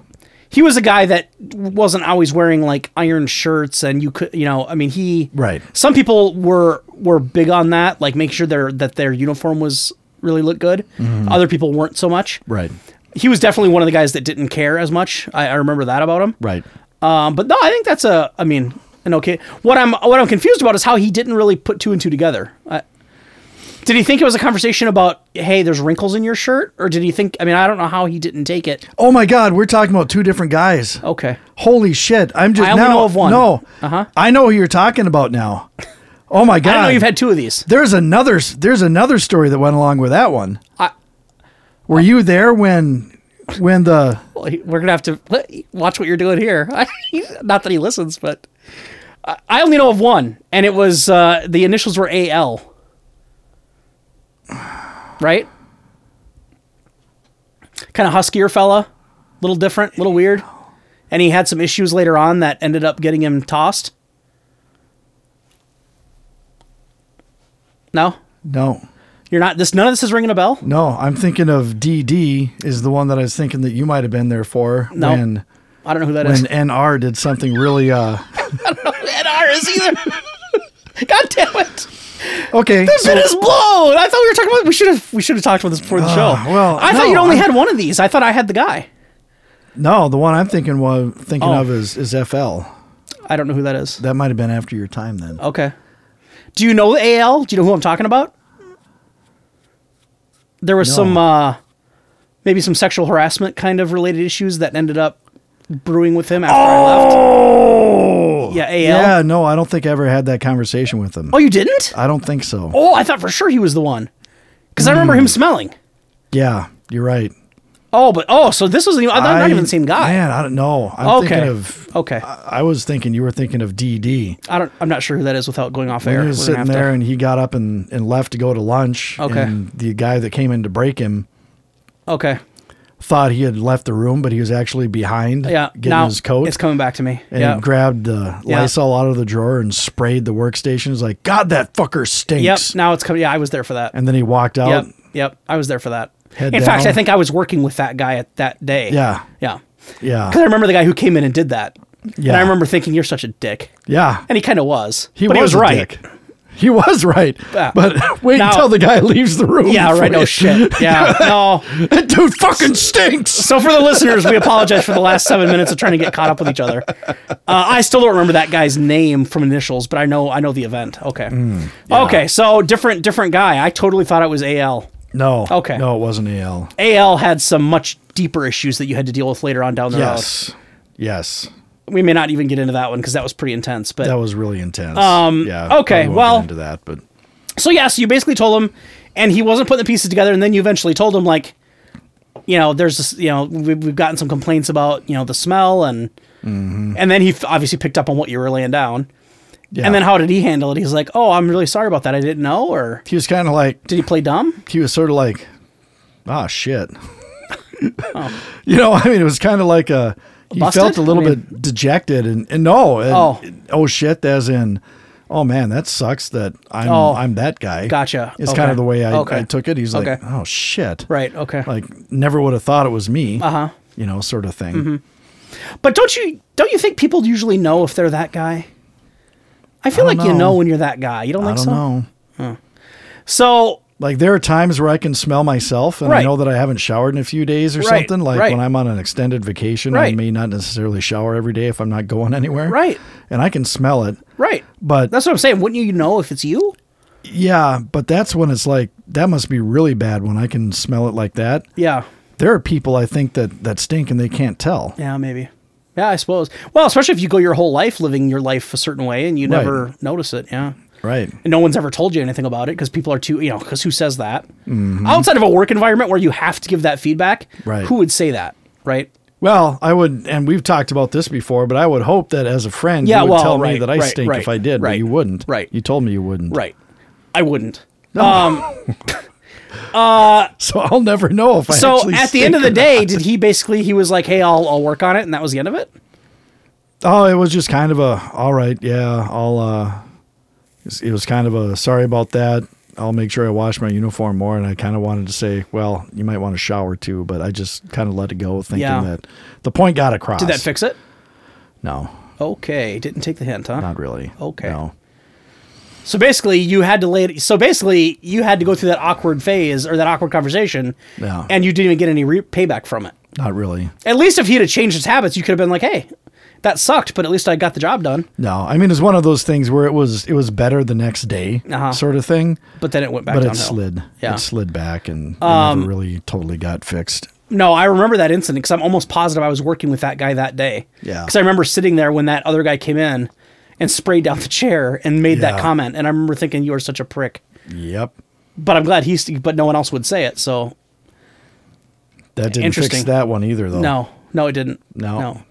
Speaker 3: he was a guy that wasn't always wearing like iron shirts and you could you know I mean he
Speaker 2: Right.
Speaker 3: Some people were were big on that, like make sure their that their uniform was really looked good. Other people weren't so much.
Speaker 2: Mm-hmm. Right.
Speaker 3: He was definitely one of the guys that didn't care as much. I, I remember that about him.
Speaker 2: Right.
Speaker 3: Um, but no, I think that's a. I mean, an okay. What I'm what I'm confused about is how he didn't really put two and two together. I, Did he think it was a conversation about, hey, there's wrinkles in your shirt? Or did he think, I mean, I don't know how he didn't take it.
Speaker 2: Oh my God, we're talking about two different guys.
Speaker 3: Okay.
Speaker 2: Holy shit! I'm just
Speaker 3: I only
Speaker 2: now.
Speaker 3: know of one.
Speaker 2: No,
Speaker 3: Uh-huh.
Speaker 2: I know who you're talking about now. Oh my
Speaker 3: I
Speaker 2: God!
Speaker 3: don't know you've had two of these.
Speaker 2: There's another. There's another story that went along with that one.
Speaker 3: I-
Speaker 2: Were you there when, when the
Speaker 3: Well, he- We're going to have to let- watch what you're doing here. Not that he listens, but I- I only know of one. And it was uh, the initials were AL. Right? Kind of huskier fella. Little different, little weird. And he had some issues later on that ended up getting him tossed. No?
Speaker 2: no,
Speaker 3: You're not this none of this is ringing a bell?
Speaker 2: no, I'm thinking of DD is the one that I was thinking that you might have been there for
Speaker 3: No.
Speaker 2: when
Speaker 3: I don't know who that
Speaker 2: when
Speaker 3: is.
Speaker 2: NR did something really. uh
Speaker 3: NR is either. God damn it.
Speaker 2: Okay,
Speaker 3: The bit is blown. I thought we were talking about. We should have. We should have talked about this before the show.
Speaker 2: Uh, well,
Speaker 3: I thought
Speaker 2: no,
Speaker 3: you only
Speaker 2: I'm-
Speaker 3: had one of these. I thought I had the guy.
Speaker 2: no, the one I'm thinking was thinking
Speaker 3: Oh.
Speaker 2: of is is FL.
Speaker 3: I don't know who that is.
Speaker 2: That might have been after your time then.
Speaker 3: Okay. Do you know the AL? Do you know who I'm talking about? There was
Speaker 2: No.
Speaker 3: some, uh, maybe some sexual harassment kind of related issues that ended up brewing with him after
Speaker 2: Oh!
Speaker 3: I left. Yeah, AL.
Speaker 2: Yeah, no, I don't think I ever had that conversation with him.
Speaker 3: Oh, you didn't?
Speaker 2: I don't think so.
Speaker 3: Oh, I thought for sure he was the one, because I remember
Speaker 2: Hmm.
Speaker 3: him smelling.
Speaker 2: Yeah, you're right.
Speaker 3: Oh, but oh, so this was not
Speaker 2: I-
Speaker 3: even the same guy.
Speaker 2: Man, I don't know. I'm
Speaker 3: okay.
Speaker 2: thinking of.
Speaker 3: okay.
Speaker 2: I I was thinking you were thinking of DD.
Speaker 3: I don't. I'm not sure who that is without going off air.
Speaker 2: He was
Speaker 3: We're gonna
Speaker 2: sitting
Speaker 3: have to-
Speaker 2: there, and he got up and, and left to go to lunch.
Speaker 3: Okay.
Speaker 2: And the guy that came in to break him
Speaker 3: Okay.
Speaker 2: thought he had left the room, but he was actually behind.
Speaker 3: Yeah.
Speaker 2: Getting
Speaker 3: now
Speaker 2: his coat.
Speaker 3: It's coming back to me.
Speaker 2: and
Speaker 3: yeah.
Speaker 2: grabbed the
Speaker 3: Yeah.
Speaker 2: Lysol out of the drawer and sprayed the workstation. He's like, God, that fucker
Speaker 3: yep.
Speaker 2: stinks.
Speaker 3: Now it's coming. Yeah, I was there for that.
Speaker 2: And then he walked out.
Speaker 3: yep. Yep. I was there for that. In
Speaker 2: Head
Speaker 3: fact,
Speaker 2: down.
Speaker 3: I think I was working with that guy at that day.
Speaker 2: Yeah.
Speaker 3: Yeah.
Speaker 2: Yeah.
Speaker 3: Because I remember the guy who came in and did that. Yeah. And
Speaker 2: Yeah.
Speaker 3: I remember thinking, "You're such a dick,"
Speaker 2: Yeah.
Speaker 3: and he kind of was. but he was
Speaker 2: a
Speaker 3: right.
Speaker 2: dick. He was right.
Speaker 3: Yeah.
Speaker 2: But wait
Speaker 3: Now-
Speaker 2: until the guy leaves the room.
Speaker 3: Yeah. Right.
Speaker 2: before
Speaker 3: No
Speaker 2: you-
Speaker 3: shit. Yeah. No.
Speaker 2: That dude fucking stinks.
Speaker 3: So for the listeners, we apologize for the last seven minutes of trying to get caught up with each other. Uh, I still don't remember that guy's name from initials, but I know I know the event. Okay.
Speaker 2: Mm,
Speaker 3: Okay. So different different guy. I totally thought it was Al.
Speaker 2: No.
Speaker 3: Okay. Oh.
Speaker 2: No, it wasn't AL.
Speaker 3: Al had some much deeper issues that you had to deal with later on down the
Speaker 2: Yes. Yes.
Speaker 3: road. We may not even get into that one because that was pretty intense. But
Speaker 2: That was really intense. Um, yeah.
Speaker 3: okay,
Speaker 2: probably won't
Speaker 3: well-
Speaker 2: get into that, but
Speaker 3: so yeah, so you basically told him, and he wasn't putting the pieces together, and then you eventually told him like, you know, there's this, you know, we, we've gotten some complaints about you know the smell and, and then he f- obviously picked up on what you were laying down,
Speaker 2: Mm-hmm. yeah.
Speaker 3: and then how did he handle it? He's like, oh, I'm really sorry about that. I didn't know, or
Speaker 2: he was kind of like
Speaker 3: did he play dumb?
Speaker 2: he was sort of like, ah, shit. You know, I mean, it was kind of like a. He
Speaker 3: Oh. Busted?
Speaker 2: felt a little
Speaker 3: I mean-
Speaker 2: bit dejected, and, and no, and,
Speaker 3: Oh.
Speaker 2: oh shit, as in, oh man, that sucks that I'm
Speaker 3: Oh.
Speaker 2: I'm that guy.
Speaker 3: Gotcha.
Speaker 2: It's
Speaker 3: Okay.
Speaker 2: kind of the way I,
Speaker 3: Okay.
Speaker 2: I took it. He's like,
Speaker 3: Okay.
Speaker 2: oh shit,
Speaker 3: Right. Okay.
Speaker 2: Like never would have thought it was me. Uh
Speaker 3: Uh-huh. Mm-hmm.
Speaker 2: You know, sort of thing.
Speaker 3: But don't you don't you think people usually know if they're that guy? I feel
Speaker 2: don't
Speaker 3: like you
Speaker 2: know.
Speaker 3: know when you're that guy. You don't
Speaker 2: I
Speaker 3: think
Speaker 2: don't
Speaker 3: so?
Speaker 2: know.
Speaker 3: So
Speaker 2: Like there are times where I can smell myself, and I
Speaker 3: Right.
Speaker 2: know that I haven't showered in a few days or
Speaker 3: Right,
Speaker 2: something. Like
Speaker 3: right.
Speaker 2: when I'm on an extended vacation, I
Speaker 3: Right.
Speaker 2: may not necessarily shower every day if I'm not going anywhere.
Speaker 3: Right.
Speaker 2: And I can smell it.
Speaker 3: right,
Speaker 2: But
Speaker 3: that's what I'm saying. Wouldn't you know if it's you?
Speaker 2: yeah, but that's when it's like that must be really bad when I can smell it like that.
Speaker 3: Yeah,
Speaker 2: There are people I think that that stink and they can't tell.
Speaker 3: yeah, maybe. Yeah, I suppose. Well, especially if you go your whole life living your life a certain way and you
Speaker 2: Right.
Speaker 3: never notice it. Yeah.
Speaker 2: Right.
Speaker 3: And no one's ever told you anything about it because people are too, you know, because who says that? Outside of a work environment where you have to give that feedback,
Speaker 2: Mm-hmm. Right.
Speaker 3: who would say that? Right.
Speaker 2: Well, I would, and we've talked about this before, but I would hope that as a friend,
Speaker 3: Yeah,
Speaker 2: you would
Speaker 3: well,
Speaker 2: tell me
Speaker 3: right,
Speaker 2: that I
Speaker 3: right,
Speaker 2: stink
Speaker 3: right,
Speaker 2: if I did, but
Speaker 3: right,
Speaker 2: you wouldn't.
Speaker 3: right.
Speaker 2: You told me you wouldn't.
Speaker 3: Right. I wouldn't.
Speaker 2: So I'll never know if I
Speaker 3: So
Speaker 2: actually
Speaker 3: at the
Speaker 2: stink
Speaker 3: end of
Speaker 2: or
Speaker 3: the
Speaker 2: not.
Speaker 3: day, did he basically he was like, "Hey, I'll I'll work on it," and that was the end of it.
Speaker 2: Oh, it was just kind of a all right, yeah, I'll uh it was kind of a sorry about that. I'll make sure I wash my uniform more and I kind of wanted to say, well, you might want to shower too, but I just kind of let it go thinking
Speaker 3: Yeah.
Speaker 2: that the point got across.
Speaker 3: Did that fix it?
Speaker 2: No,
Speaker 3: Okay, didn't take the hint, huh?
Speaker 2: not really.
Speaker 3: Okay.
Speaker 2: No.
Speaker 3: So basically, you had to lay it. So basically, you had to go through that awkward phase or that awkward conversation,
Speaker 2: Yeah.
Speaker 3: and you didn't even get any re- payback from it.
Speaker 2: Not really.
Speaker 3: At least if he had changed his habits, you could have been like, "Hey, that sucked, but at least I got the job done.
Speaker 2: No, I mean it's one of those things where it was it was better the next day,
Speaker 3: Uh-huh.
Speaker 2: sort of thing.
Speaker 3: But then it went back
Speaker 2: But it
Speaker 3: downhill.
Speaker 2: slid,
Speaker 3: Yeah. Um,
Speaker 2: it slid back, and it never really totally got fixed.
Speaker 3: No, I remember that incident because I'm almost positive I was working with that guy that day.
Speaker 2: Yeah.
Speaker 3: Because I remember sitting there when that other guy came in and sprayed down the chair and made that
Speaker 2: Yeah.
Speaker 3: comment, and I remember thinking you are such a prick.
Speaker 2: Yep,
Speaker 3: But I'm glad he's. But no one else would say it. So
Speaker 2: that didn't fix
Speaker 3: Interesting.
Speaker 2: that one either, though.
Speaker 3: no, no, it didn't.
Speaker 2: No.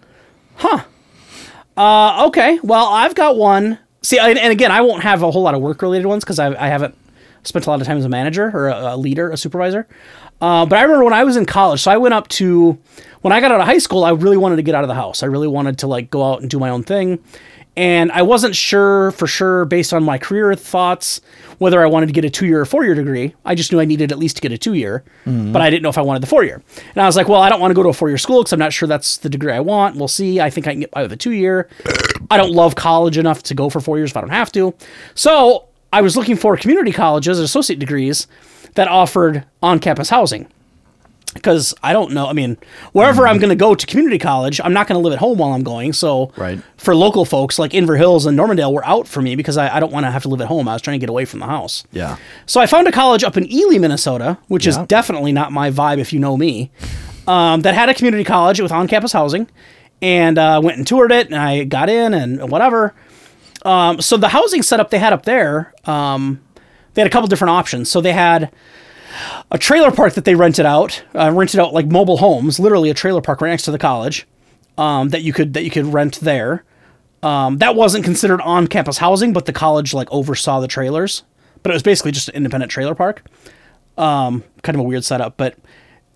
Speaker 3: No. Huh. Uh, okay. Well, I've got one. See, and, and again, I won't have a whole lot of work related ones because I, I haven't spent a lot of time as a manager or a, a leader, a supervisor. Uh, but I remember when I was in college, so I went up to when I got out of high school, I really wanted to get out of the house. I really wanted to like go out and do my own thing. And I wasn't sure for sure based on my career thoughts whether I wanted to get a two year or four year degree. I just knew I needed at least to get a two year, but I didn't know if I wanted the four year. And I was like, well, I don't want to go to a four year school because I'm not sure that's the degree I want. We'll see. I think I can get by with a two year. I don't love college enough to go for four years if I don't have to. So I was looking for community colleges or associate degrees that offered on campus housing because I don't know. I mean, wherever I'm going to go to community college, I'm not going to live at home while I'm going. So,
Speaker 2: Right.
Speaker 3: for local folks like Inver Hills and Normandale were out for me because I, I don't want to have to live at home. I was trying to get away from the house.
Speaker 2: Yeah.
Speaker 3: So I found a college up in Ely, Minnesota, which
Speaker 2: Yeah.
Speaker 3: is definitely not my vibe if you know me, um, that had a community college with on campus housing and uh, went and toured it and I got in and whatever. Um, so the housing setup they had up there, um, they had a couple different options. So they had a trailer park that they rented out, uh, rented out like mobile homes, literally a trailer park right next to the college um, that you could that you could rent there. Um, that wasn't considered on campus housing, but the college like oversaw the trailers. But it was basically just an independent trailer park. Um, kind of a weird setup, but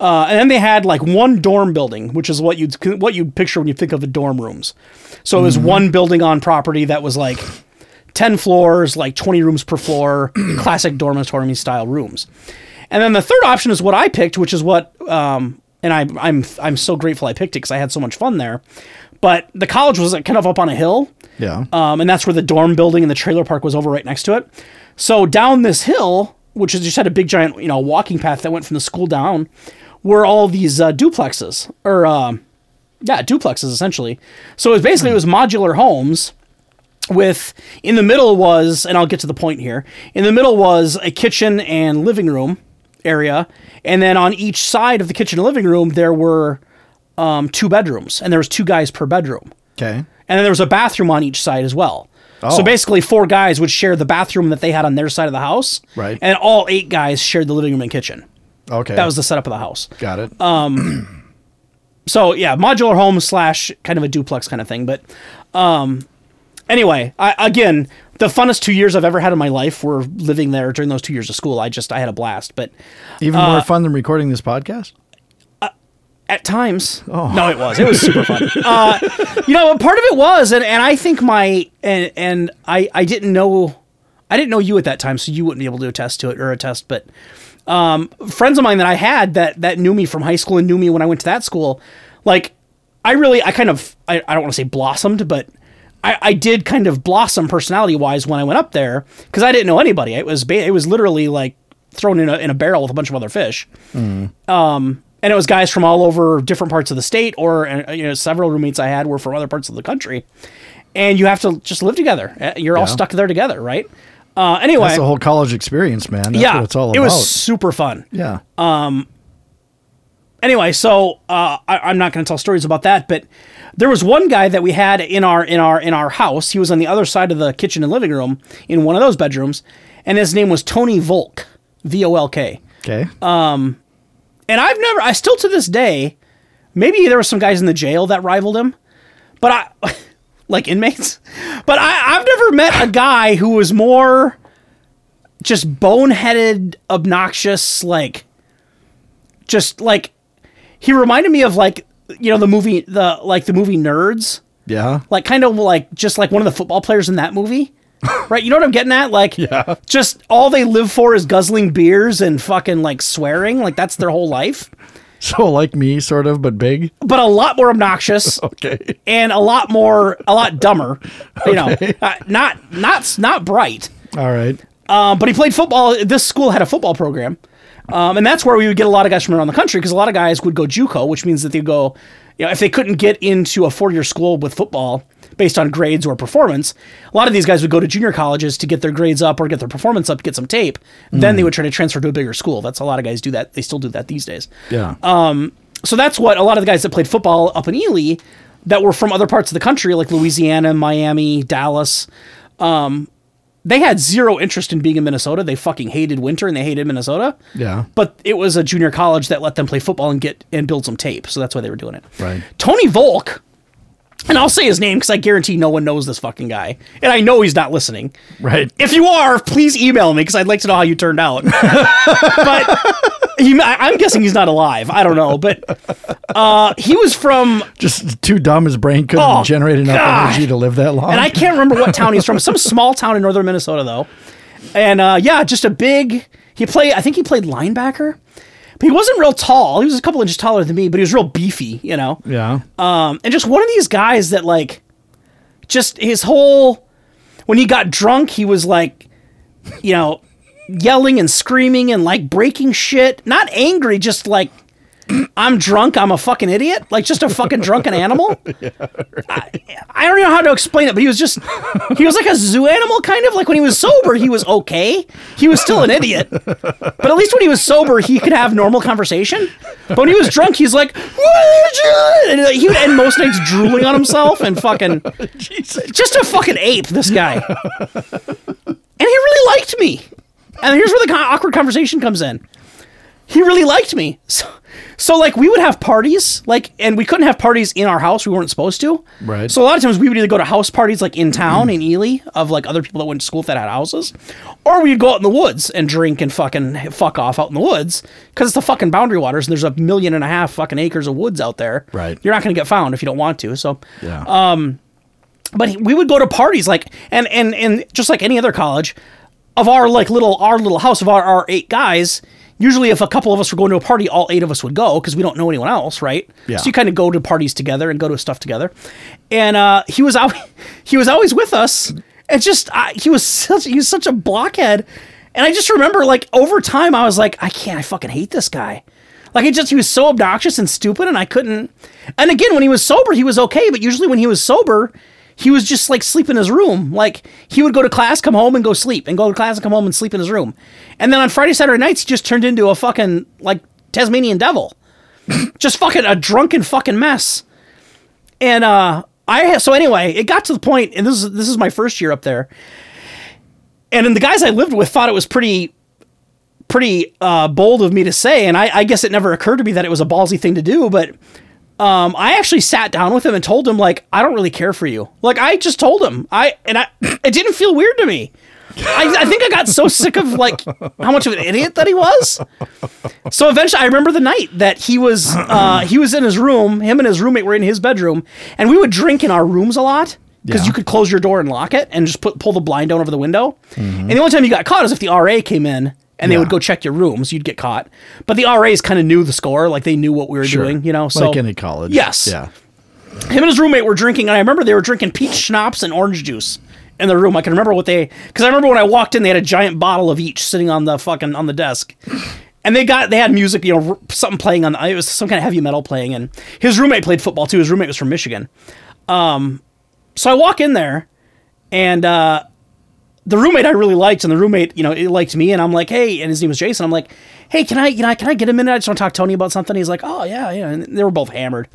Speaker 3: uh, and then they had like one dorm building, which is what you'd what you'd picture when you think of the dorm rooms. So it was one building on property that was like ten floors, like twenty rooms per floor, classic dormitory style rooms. And then the third option is what I picked, which is what, um, and I, I'm I'm so grateful I picked it because I had so much fun there. But the college was like, kind of up on a hill,
Speaker 2: Yeah.
Speaker 3: um, and that's where the dorm building and the trailer park was over right next to it. So down this hill, which is just had a big giant, you know, walking path that went from the school down, were all these uh, duplexes or um, yeah, duplexes essentially. So it was basically it was modular homes with in the middle was and I'll get to the point here. In the middle was a kitchen and living room area, and then on each side of the kitchen and living room there were um, two bedrooms, and there was two guys per bedroom
Speaker 2: okay.
Speaker 3: and then there was a bathroom on each side as well.
Speaker 2: Oh.
Speaker 3: So basically, four guys would share the bathroom that they had on their side of the house,
Speaker 2: Right.
Speaker 3: And all eight guys shared the living room and kitchen.
Speaker 2: Okay.
Speaker 3: That was the Uh, setup of the house.
Speaker 2: got it.
Speaker 3: So yeah, modular home slash kind of a duplex kind of thing. But um, anyway, I, again, the funnest two years I've ever had in my life were living there during those two years of school. I just I had a blast. But
Speaker 2: Even
Speaker 3: uh,
Speaker 2: more fun than recording this podcast.
Speaker 3: at times. No, it was. It was super fun. Uh, you know, but part of it was, and, and I think my and and I I didn't know, I didn't know you at that time, so you wouldn't be able to attest to it or attest. But um, friends of mine that I had that that knew me from high school and knew me when I went to that school, like I really I kind of I, I don't want to say blossomed, but. I, I did kind of blossom personality wise when I went up there because I didn't know anybody. It was ba- it was literally like thrown in a, in a barrel with a bunch of other fish
Speaker 2: Mm.
Speaker 3: Um, and it was guys from all over different parts of the state or uh, you know several roommates i had were from other parts of the country and you have to just live together Uh, you're all
Speaker 2: Yeah.
Speaker 3: stuck there together right uh, anyway
Speaker 2: That's the whole college experience, man. That's
Speaker 3: yeah
Speaker 2: what it's all
Speaker 3: it
Speaker 2: about.
Speaker 3: was uh, super fun
Speaker 2: yeah.
Speaker 3: anyway, so uh, I, I'm not going to tell stories about that, but there was one guy that we had in our in our in our house. He was on the other side of the kitchen and living room in one of those bedrooms, and his name was Tony Volk, V O L K.
Speaker 2: okay.
Speaker 3: uh, And I've never, I still to this day, maybe there were some guys in the jail that rivaled him, but I, like inmates, but I, I've never met a guy who was more just boneheaded, obnoxious, like, just like, he reminded me of like, you know, the movie, the, like the movie Nerds
Speaker 2: yeah.
Speaker 3: like kind of like just like one of the football players in that movie. right? You know what I'm getting at? Like just all they live for is guzzling beers and fucking like swearing. Like that's their whole life.
Speaker 2: So like me, sort of, but big.
Speaker 3: But a lot more obnoxious
Speaker 2: Okay.
Speaker 3: and a lot more a lot dumber, you know. Uh, not not not bright.
Speaker 2: All right.
Speaker 3: Um, but he played football. This school had a football program, Um, and that's where we would get a lot of guys from around the country because a lot of guys would go JUCO, which means that they go, you know, if they couldn't get into a four-year school with football based on grades or performance, a lot of these guys would go to junior colleges to get their grades up or get their performance up, get some tape. Then they would try to transfer to a bigger school. That's a lot of guys do that. They still do that these days.
Speaker 2: Yeah.
Speaker 3: Um, so that's what a lot of the guys that played football up in Ely that were from other parts of the country, like Louisiana, Miami, Dallas, um, they had zero interest in being in Minnesota. They fucking hated winter and they hated Minnesota.
Speaker 2: Yeah.
Speaker 3: But it was a junior college that let them play football and get and build some tape. So that's why they were doing it.
Speaker 2: Right.
Speaker 3: Tony Volk, and I'll say his name because I guarantee no one knows this fucking guy. And I know he's not listening.
Speaker 2: Right.
Speaker 3: If you are, please email me because I'd like to know how you turned out. but he, I- I'm guessing he's not alive. I don't know. But uh, he was from,
Speaker 2: Just too dumb his brain couldn't
Speaker 3: Oh,
Speaker 2: generate enough
Speaker 3: God.
Speaker 2: energy to live that long.
Speaker 3: and I can't remember what town he's from, some small town in northern Minnesota, though. And uh, yeah, just a big, he played, I think he played linebacker. But he wasn't real tall. He was a couple inches taller than me, but he was real beefy, you know?
Speaker 2: yeah.
Speaker 3: Um, and just one of these guys that like, just his whole, when he got drunk, he was like, you know, yelling and screaming and like breaking shit. Not angry, just like, I'm drunk. I'm a fucking idiot. Like just a fucking drunken animal. I, I don't know how to explain it, but he was just, he was like a zoo animal kind of. Like when he was sober, he was okay. He was still an idiot. But at least when he was sober, he could have normal conversation. But when he was drunk, he's like, "What did you-" and like, he would end most nights drooling on himself and fucking just a fucking ape. This guy, and he really liked me. And here's where the con- awkward conversation comes in. He really liked me, so so like we would have parties, like, and we couldn't have parties in our house. We weren't supposed to.
Speaker 2: Right.
Speaker 3: So a lot of times we would either go to house parties like in town in Ely of like other people that went to school that had houses, or we'd go out in the woods and drink and fucking fuck off out in the woods because it's the fucking boundary waters and there's a million and a half fucking acres of woods out there.
Speaker 2: Right.
Speaker 3: You're not gonna get found if you don't want to. So
Speaker 2: Yeah.
Speaker 3: uh, but he- we would go to parties like and and and just like any other college of our like little our little house of our, our eight guys usually if a couple of us were going to a party all eight of us would go because we don't know anyone else right
Speaker 2: Yeah.
Speaker 3: so you kind of go to parties together and go to stuff together and uh he was out he was always with us and just I, he was such he was such a blockhead and i just remember like over time i was like i can't i fucking hate this guy like it just he was so obnoxious and stupid and I couldn't and again when he was sober he was okay, but usually when he was sober, he was just like sleep in his room. Like he would go to class, come home and go sleep, and go to class and come home and sleep in his room. And then on Friday, Saturday nights, he just turned into a fucking like Tasmanian devil. just fucking a drunken fucking mess. And uh I ha- so anyway, it got to the point, and this is this is my first year up there. And then the guys I lived with thought it was pretty pretty uh, bold of me to say, and I, I guess it never occurred to me that it was a ballsy thing to do, but um, I actually sat down with him and told him like I don't really care for you. Like I just told him I and I it didn't feel weird to me. I, I think I got so sick of like how much of an idiot that he was. So eventually, I remember the night that he was uh, he was in his room. Him and his roommate were in his bedroom, and we would drink in our rooms a lot because
Speaker 2: Yeah.
Speaker 3: you could close your door and lock it and just put pull the blind down over the window. And the only time you got caught is if the RA came in and they
Speaker 2: Yeah.
Speaker 3: would go check your rooms. You'd get caught, but the RAs kind of knew the score, like they knew what we were
Speaker 2: Sure.
Speaker 3: doing. You know, so
Speaker 2: like any college.
Speaker 3: Yes.
Speaker 2: Yeah.
Speaker 3: him and his roommate were drinking, and I remember they were drinking peach schnapps and orange juice in their room. I can remember what they because I remember when I walked in, they had a giant bottle of each sitting on the fucking on the desk, and they got they had music, you know, r- something playing on. The, it was some kind of heavy metal playing, and his roommate played football too. His roommate was from Michigan, um, so I walk in there, and uh, the roommate I really liked, and the roommate, you know, it liked me, and I'm like, hey, and his name was Jason. I'm like, hey, can I, you know, can I get a minute? I just want to talk to Tony about something. He's like, oh yeah, yeah. And they were both hammered,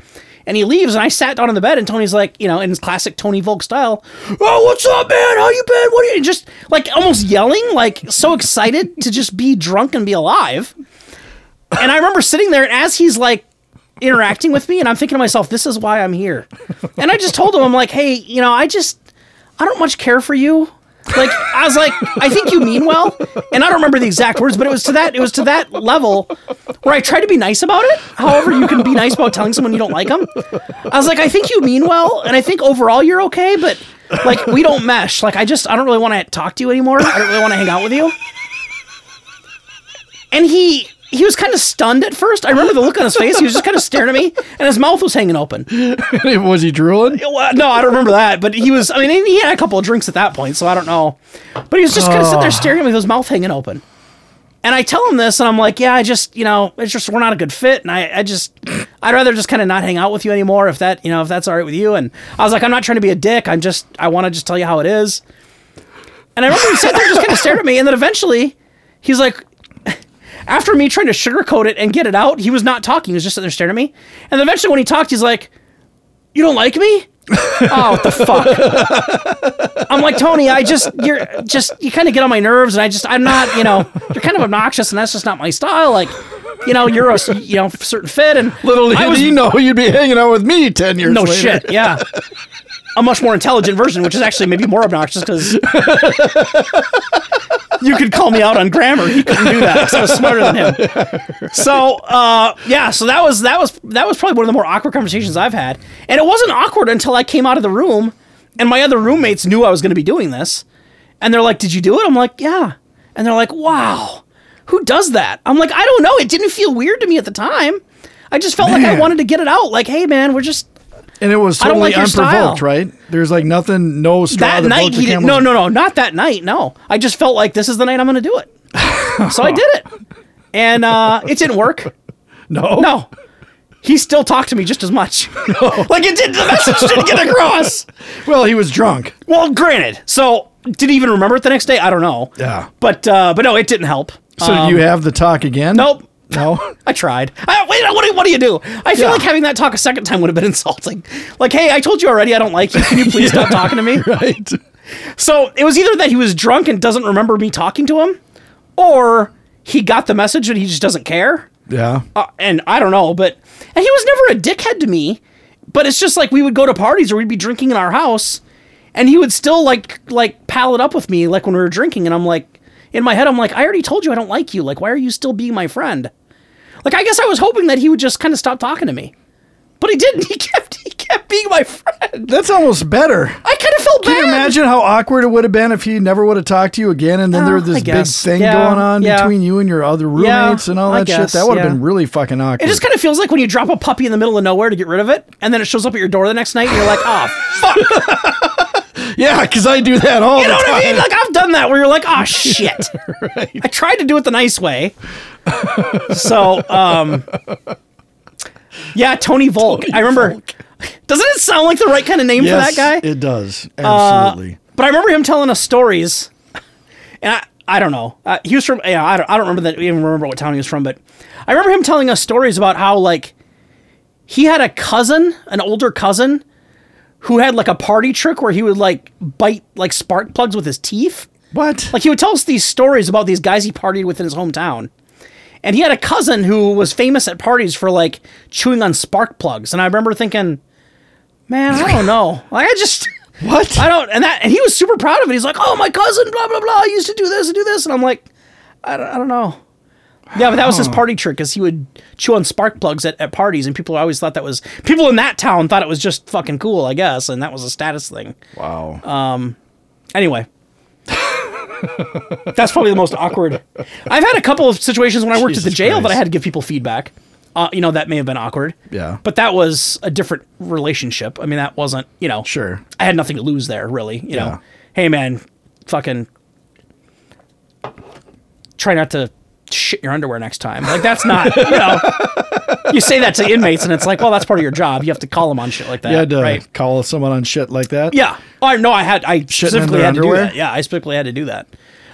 Speaker 3: and he leaves, and I sat down on the bed, and Tony's like, you know, in his classic Tony Volk style, oh, what's up, man? How you been? What? Are you? and Just like almost yelling, like so excited to just be drunk and be alive. And I remember sitting there, and as he's like interacting with me, and I'm thinking to myself, this is why I'm here. And I just told him, I'm like, hey, you know, I just, I don't much care for you. Like, I was like, I think you mean well. And I don't remember the exact words, but it was to that, it was to that level where I tried to be nice about it. However, you can be nice about telling someone you don't like them. I was like, I think you mean well. And I think overall you're okay, but like, we don't mesh. Like, I just, I don't really want to talk to you anymore. I don't really want to hang out with you and he he was kind of stunned at first. I remember the look on his face. He was just kind of staring at me, and his mouth was hanging open.
Speaker 2: was he drooling?
Speaker 3: Well, no, I don't remember that, but he was. I mean, and he had a couple of drinks at that point, so I don't know. But he was just kind of sitting there staring at me with his mouth hanging open. And I tell him this, and I'm like, yeah, I just, you know, it's just we're not a good fit, and I, I just, I'd rather just kind of not hang out with you anymore if that, you know, if that's all right with you. And I was like, I'm not trying to be a dick. I'm just, I want to just tell you how it is. And I remember he sat there and just kind of stared at me, and then eventually, he's like, after me trying to sugarcoat it and get it out, he was not talking. He was just sitting there staring at me. And then eventually, when he talked, he's like, "You don't like me." oh, what the fuck! I'm like Tony. I just you're just you kind of get on my nerves, and I just I'm not you know you're kind of obnoxious, and that's just not my style. Like, you know, you're a s- you know certain fit, and
Speaker 2: Little did
Speaker 3: I was-
Speaker 2: you know you'd be hanging out with me ten years.
Speaker 3: no
Speaker 2: later.
Speaker 3: shit, yeah. A much more intelligent version, which is actually maybe more obnoxious because you could call me out on grammar. He couldn't do that 'cause I was smarter than him. So uh, yeah, so that was that was that was probably one of the more awkward conversations I've had, and it wasn't awkward until I came out of the room, and my other roommates knew I was going to be doing this, and they're like, "Did you do it?" I'm like, "Yeah," and they're like, "Wow, who does that?" I'm like, "I don't know. It didn't feel weird to me at the time. I just felt like I
Speaker 2: Man.
Speaker 3: wanted to get it out. Like, hey, man, we're just."
Speaker 2: And it was
Speaker 3: I don't
Speaker 2: totally
Speaker 3: like your
Speaker 2: unprovoked,
Speaker 3: style.
Speaker 2: right? There's like nothing, no straw
Speaker 3: that
Speaker 2: that
Speaker 3: night
Speaker 2: broke the
Speaker 3: he didn't.
Speaker 2: camel's
Speaker 3: No, no, no, not that night. No, I just felt like this is the night I'm going to do it. so I did it, and uh, it didn't work.
Speaker 2: No.
Speaker 3: No, he still talked to me just as much. like it did. The message didn't get across.
Speaker 2: Well, he was drunk.
Speaker 3: Well, granted. So did he even remember it the next day? I don't know.
Speaker 2: Yeah.
Speaker 3: But uh, but no, it didn't help.
Speaker 2: So
Speaker 3: Um,
Speaker 2: did you have the talk again?
Speaker 3: nope.
Speaker 2: No.
Speaker 3: I tried. I, wait, what do, what do you do? I feel
Speaker 2: Yeah.
Speaker 3: like having that talk a second time would have been insulting. Like, hey, I told you already I don't like you. Can you please stop talking to me?
Speaker 2: right.
Speaker 3: So it was either that he was drunk and doesn't remember me talking to him, or he got the message and he just doesn't care.
Speaker 2: Yeah.
Speaker 3: Uh, and I don't know, but and he was never a dickhead to me. But it's just like we would go to parties or we'd be drinking in our house, and he would still like like pal it up with me like when we were drinking, and I'm like in my head I'm like I already told you I don't like you. Like why are you still being my friend? Like I guess I was hoping that he would just kind of stop talking to me, but he didn't. He kept he kept being my friend.
Speaker 2: That's almost better.
Speaker 3: I kind of felt
Speaker 2: Can
Speaker 3: bad.
Speaker 2: you imagine how awkward it would have been if he never would have talked to you again and then there
Speaker 3: Uh,
Speaker 2: was
Speaker 3: I
Speaker 2: this big
Speaker 3: guess.
Speaker 2: thing
Speaker 3: Yeah,
Speaker 2: going on
Speaker 3: yeah.
Speaker 2: between you and your other
Speaker 3: Yeah,
Speaker 2: roommates and all
Speaker 3: I
Speaker 2: that shit?
Speaker 3: guess,
Speaker 2: That would have
Speaker 3: yeah.
Speaker 2: been really fucking awkward.
Speaker 3: It just kind of feels like when you drop a puppy in the middle of nowhere to get rid of it, and then it shows up at your door the next night, and you're like, oh, fuck. You
Speaker 2: yeah, because I do that all the
Speaker 3: know what
Speaker 2: time.
Speaker 3: I mean? Like, I've done that where you're like, oh, shit. I tried to do it the nice way. so, um, yeah, Tony Volk. I remember. Doesn't it sound like the right kind of name
Speaker 2: Yes,
Speaker 3: for that guy? Uh,
Speaker 2: it does. Absolutely.
Speaker 3: But I remember him telling us stories, and I, I don't know. Uh, he was from yeah, I don't, I don't remember that even remember what town he was from, but I remember him telling us stories about how like he had a cousin, an older cousin, who had like a party trick where he would like bite like spark plugs with his teeth.
Speaker 2: what?
Speaker 3: Like he would tell us these stories about these guys he partied with in his hometown. And he had a cousin who was famous at parties for like chewing on spark plugs. And I remember thinking, man, I don't know. Like I just
Speaker 2: what?
Speaker 3: I don't, and that, and he was super proud of it. He's like, "Oh, my cousin, blah blah blah, used to do this and do this," and I'm like, "I don't, I don't know." Yeah, but that was his party trick because he would chew on spark plugs at, at parties, and people always thought that was people in that town thought it was just fucking cool, I guess, and that was a status thing.
Speaker 2: wow.
Speaker 3: Uh, Anyway, that's probably the most awkward. I've had a couple of situations when I worked at
Speaker 2: Jesus
Speaker 3: the jail that I
Speaker 2: Christ.
Speaker 3: had to give people feedback. Uh, you know, that may have been awkward.
Speaker 2: Yeah.
Speaker 3: But that was a different relationship. I mean, that wasn't, you know.
Speaker 2: Sure.
Speaker 3: I had nothing to lose there, really. You
Speaker 2: Yeah.
Speaker 3: know, hey, man, fucking try not to shit your underwear next time. Like, that's not, you know. You say that to inmates, and it's like, well, that's part of your job. You have to call them on shit like that.
Speaker 2: you had to
Speaker 3: right?
Speaker 2: call someone on shit like that?
Speaker 3: Yeah. I no, I had I specifically
Speaker 2: their
Speaker 3: had to do
Speaker 2: underwear?
Speaker 3: that. Yeah, I specifically had to do that.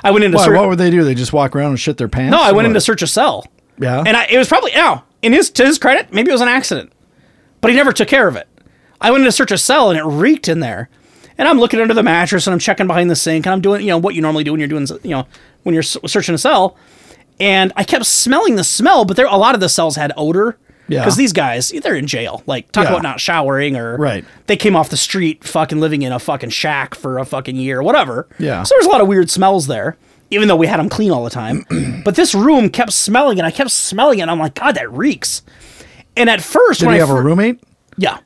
Speaker 3: I went into
Speaker 2: Why,
Speaker 3: search.
Speaker 2: what would they do? They just walk around and shit their pants?
Speaker 3: no, I
Speaker 2: or
Speaker 3: went
Speaker 2: what?
Speaker 3: in to search a cell.
Speaker 2: Yeah.
Speaker 3: And I, it was probably now in his to his credit, maybe it was an accident, but he never took care of it. I went in to search a cell and it reeked in there, and I'm looking under the mattress and I'm checking behind the sink and I'm doing you know what you normally do when you're doing you know when you're s- searching a cell, and I kept smelling the smell, but there a lot of the cells had odor.
Speaker 2: Yeah.
Speaker 3: Because these guys, they're in jail. Like, talk
Speaker 2: Yeah.
Speaker 3: about not showering or
Speaker 2: Right.
Speaker 3: they came off the street fucking living in a fucking shack for a fucking year, whatever.
Speaker 2: Yeah.
Speaker 3: So there's a lot of weird smells there, even though we had them clean all the time. but this room kept smelling and I kept smelling it. And I'm like, God, that reeks. And at first,
Speaker 2: Did
Speaker 3: when
Speaker 2: he
Speaker 3: I
Speaker 2: have a
Speaker 3: fir-
Speaker 2: roommate?
Speaker 3: yeah.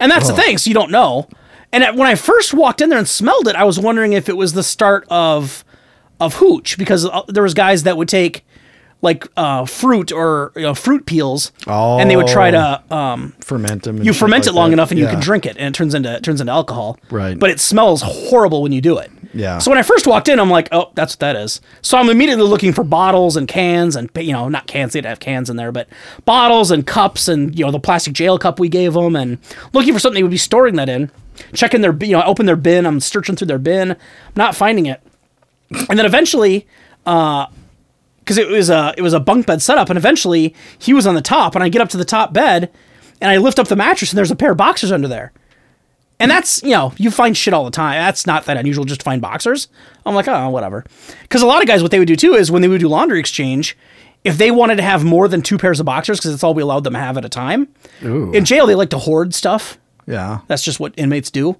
Speaker 3: And that's the thing. So you don't know. And at, when I first walked in there and smelled it, I was wondering if it was the start of of hooch because uh, there was guys that would take like uh, fruit or you know, fruit peels and they would try to
Speaker 2: Oh.
Speaker 3: um,
Speaker 2: Ferment them. and
Speaker 3: you
Speaker 2: shit
Speaker 3: ferment
Speaker 2: like
Speaker 3: it long
Speaker 2: that.
Speaker 3: enough and you
Speaker 2: Yeah.
Speaker 3: can drink it and it turns into it turns into alcohol
Speaker 2: Right.
Speaker 3: but it smells horrible when you do it
Speaker 2: Yeah.
Speaker 3: So when I first walked in, I'm like, oh, that's what that is. So I'm immediately looking for bottles and cans and you know, not cans, they'd have cans in there, but bottles and cups and you know the plastic jail cup we gave them and looking for something they would be storing that in. Checking their, you know, I open their bin. I'm searching through their bin, I'm not finding it, and then eventually because it was a it was a bunk bed setup, and eventually he was on the top, and I get up to the top bed, and I lift up the mattress, and there's a pair of boxers under there, and that's you know you find shit all the time. That's not that unusual, just to find boxers. I'm like oh whatever, because a lot of guys what they would do too is when they would do laundry exchange, if they wanted to have more than two pairs of boxers because that's all we allowed them to have at a time. In jail they like to hoard stuff.
Speaker 2: Yeah.
Speaker 3: That's just what inmates do.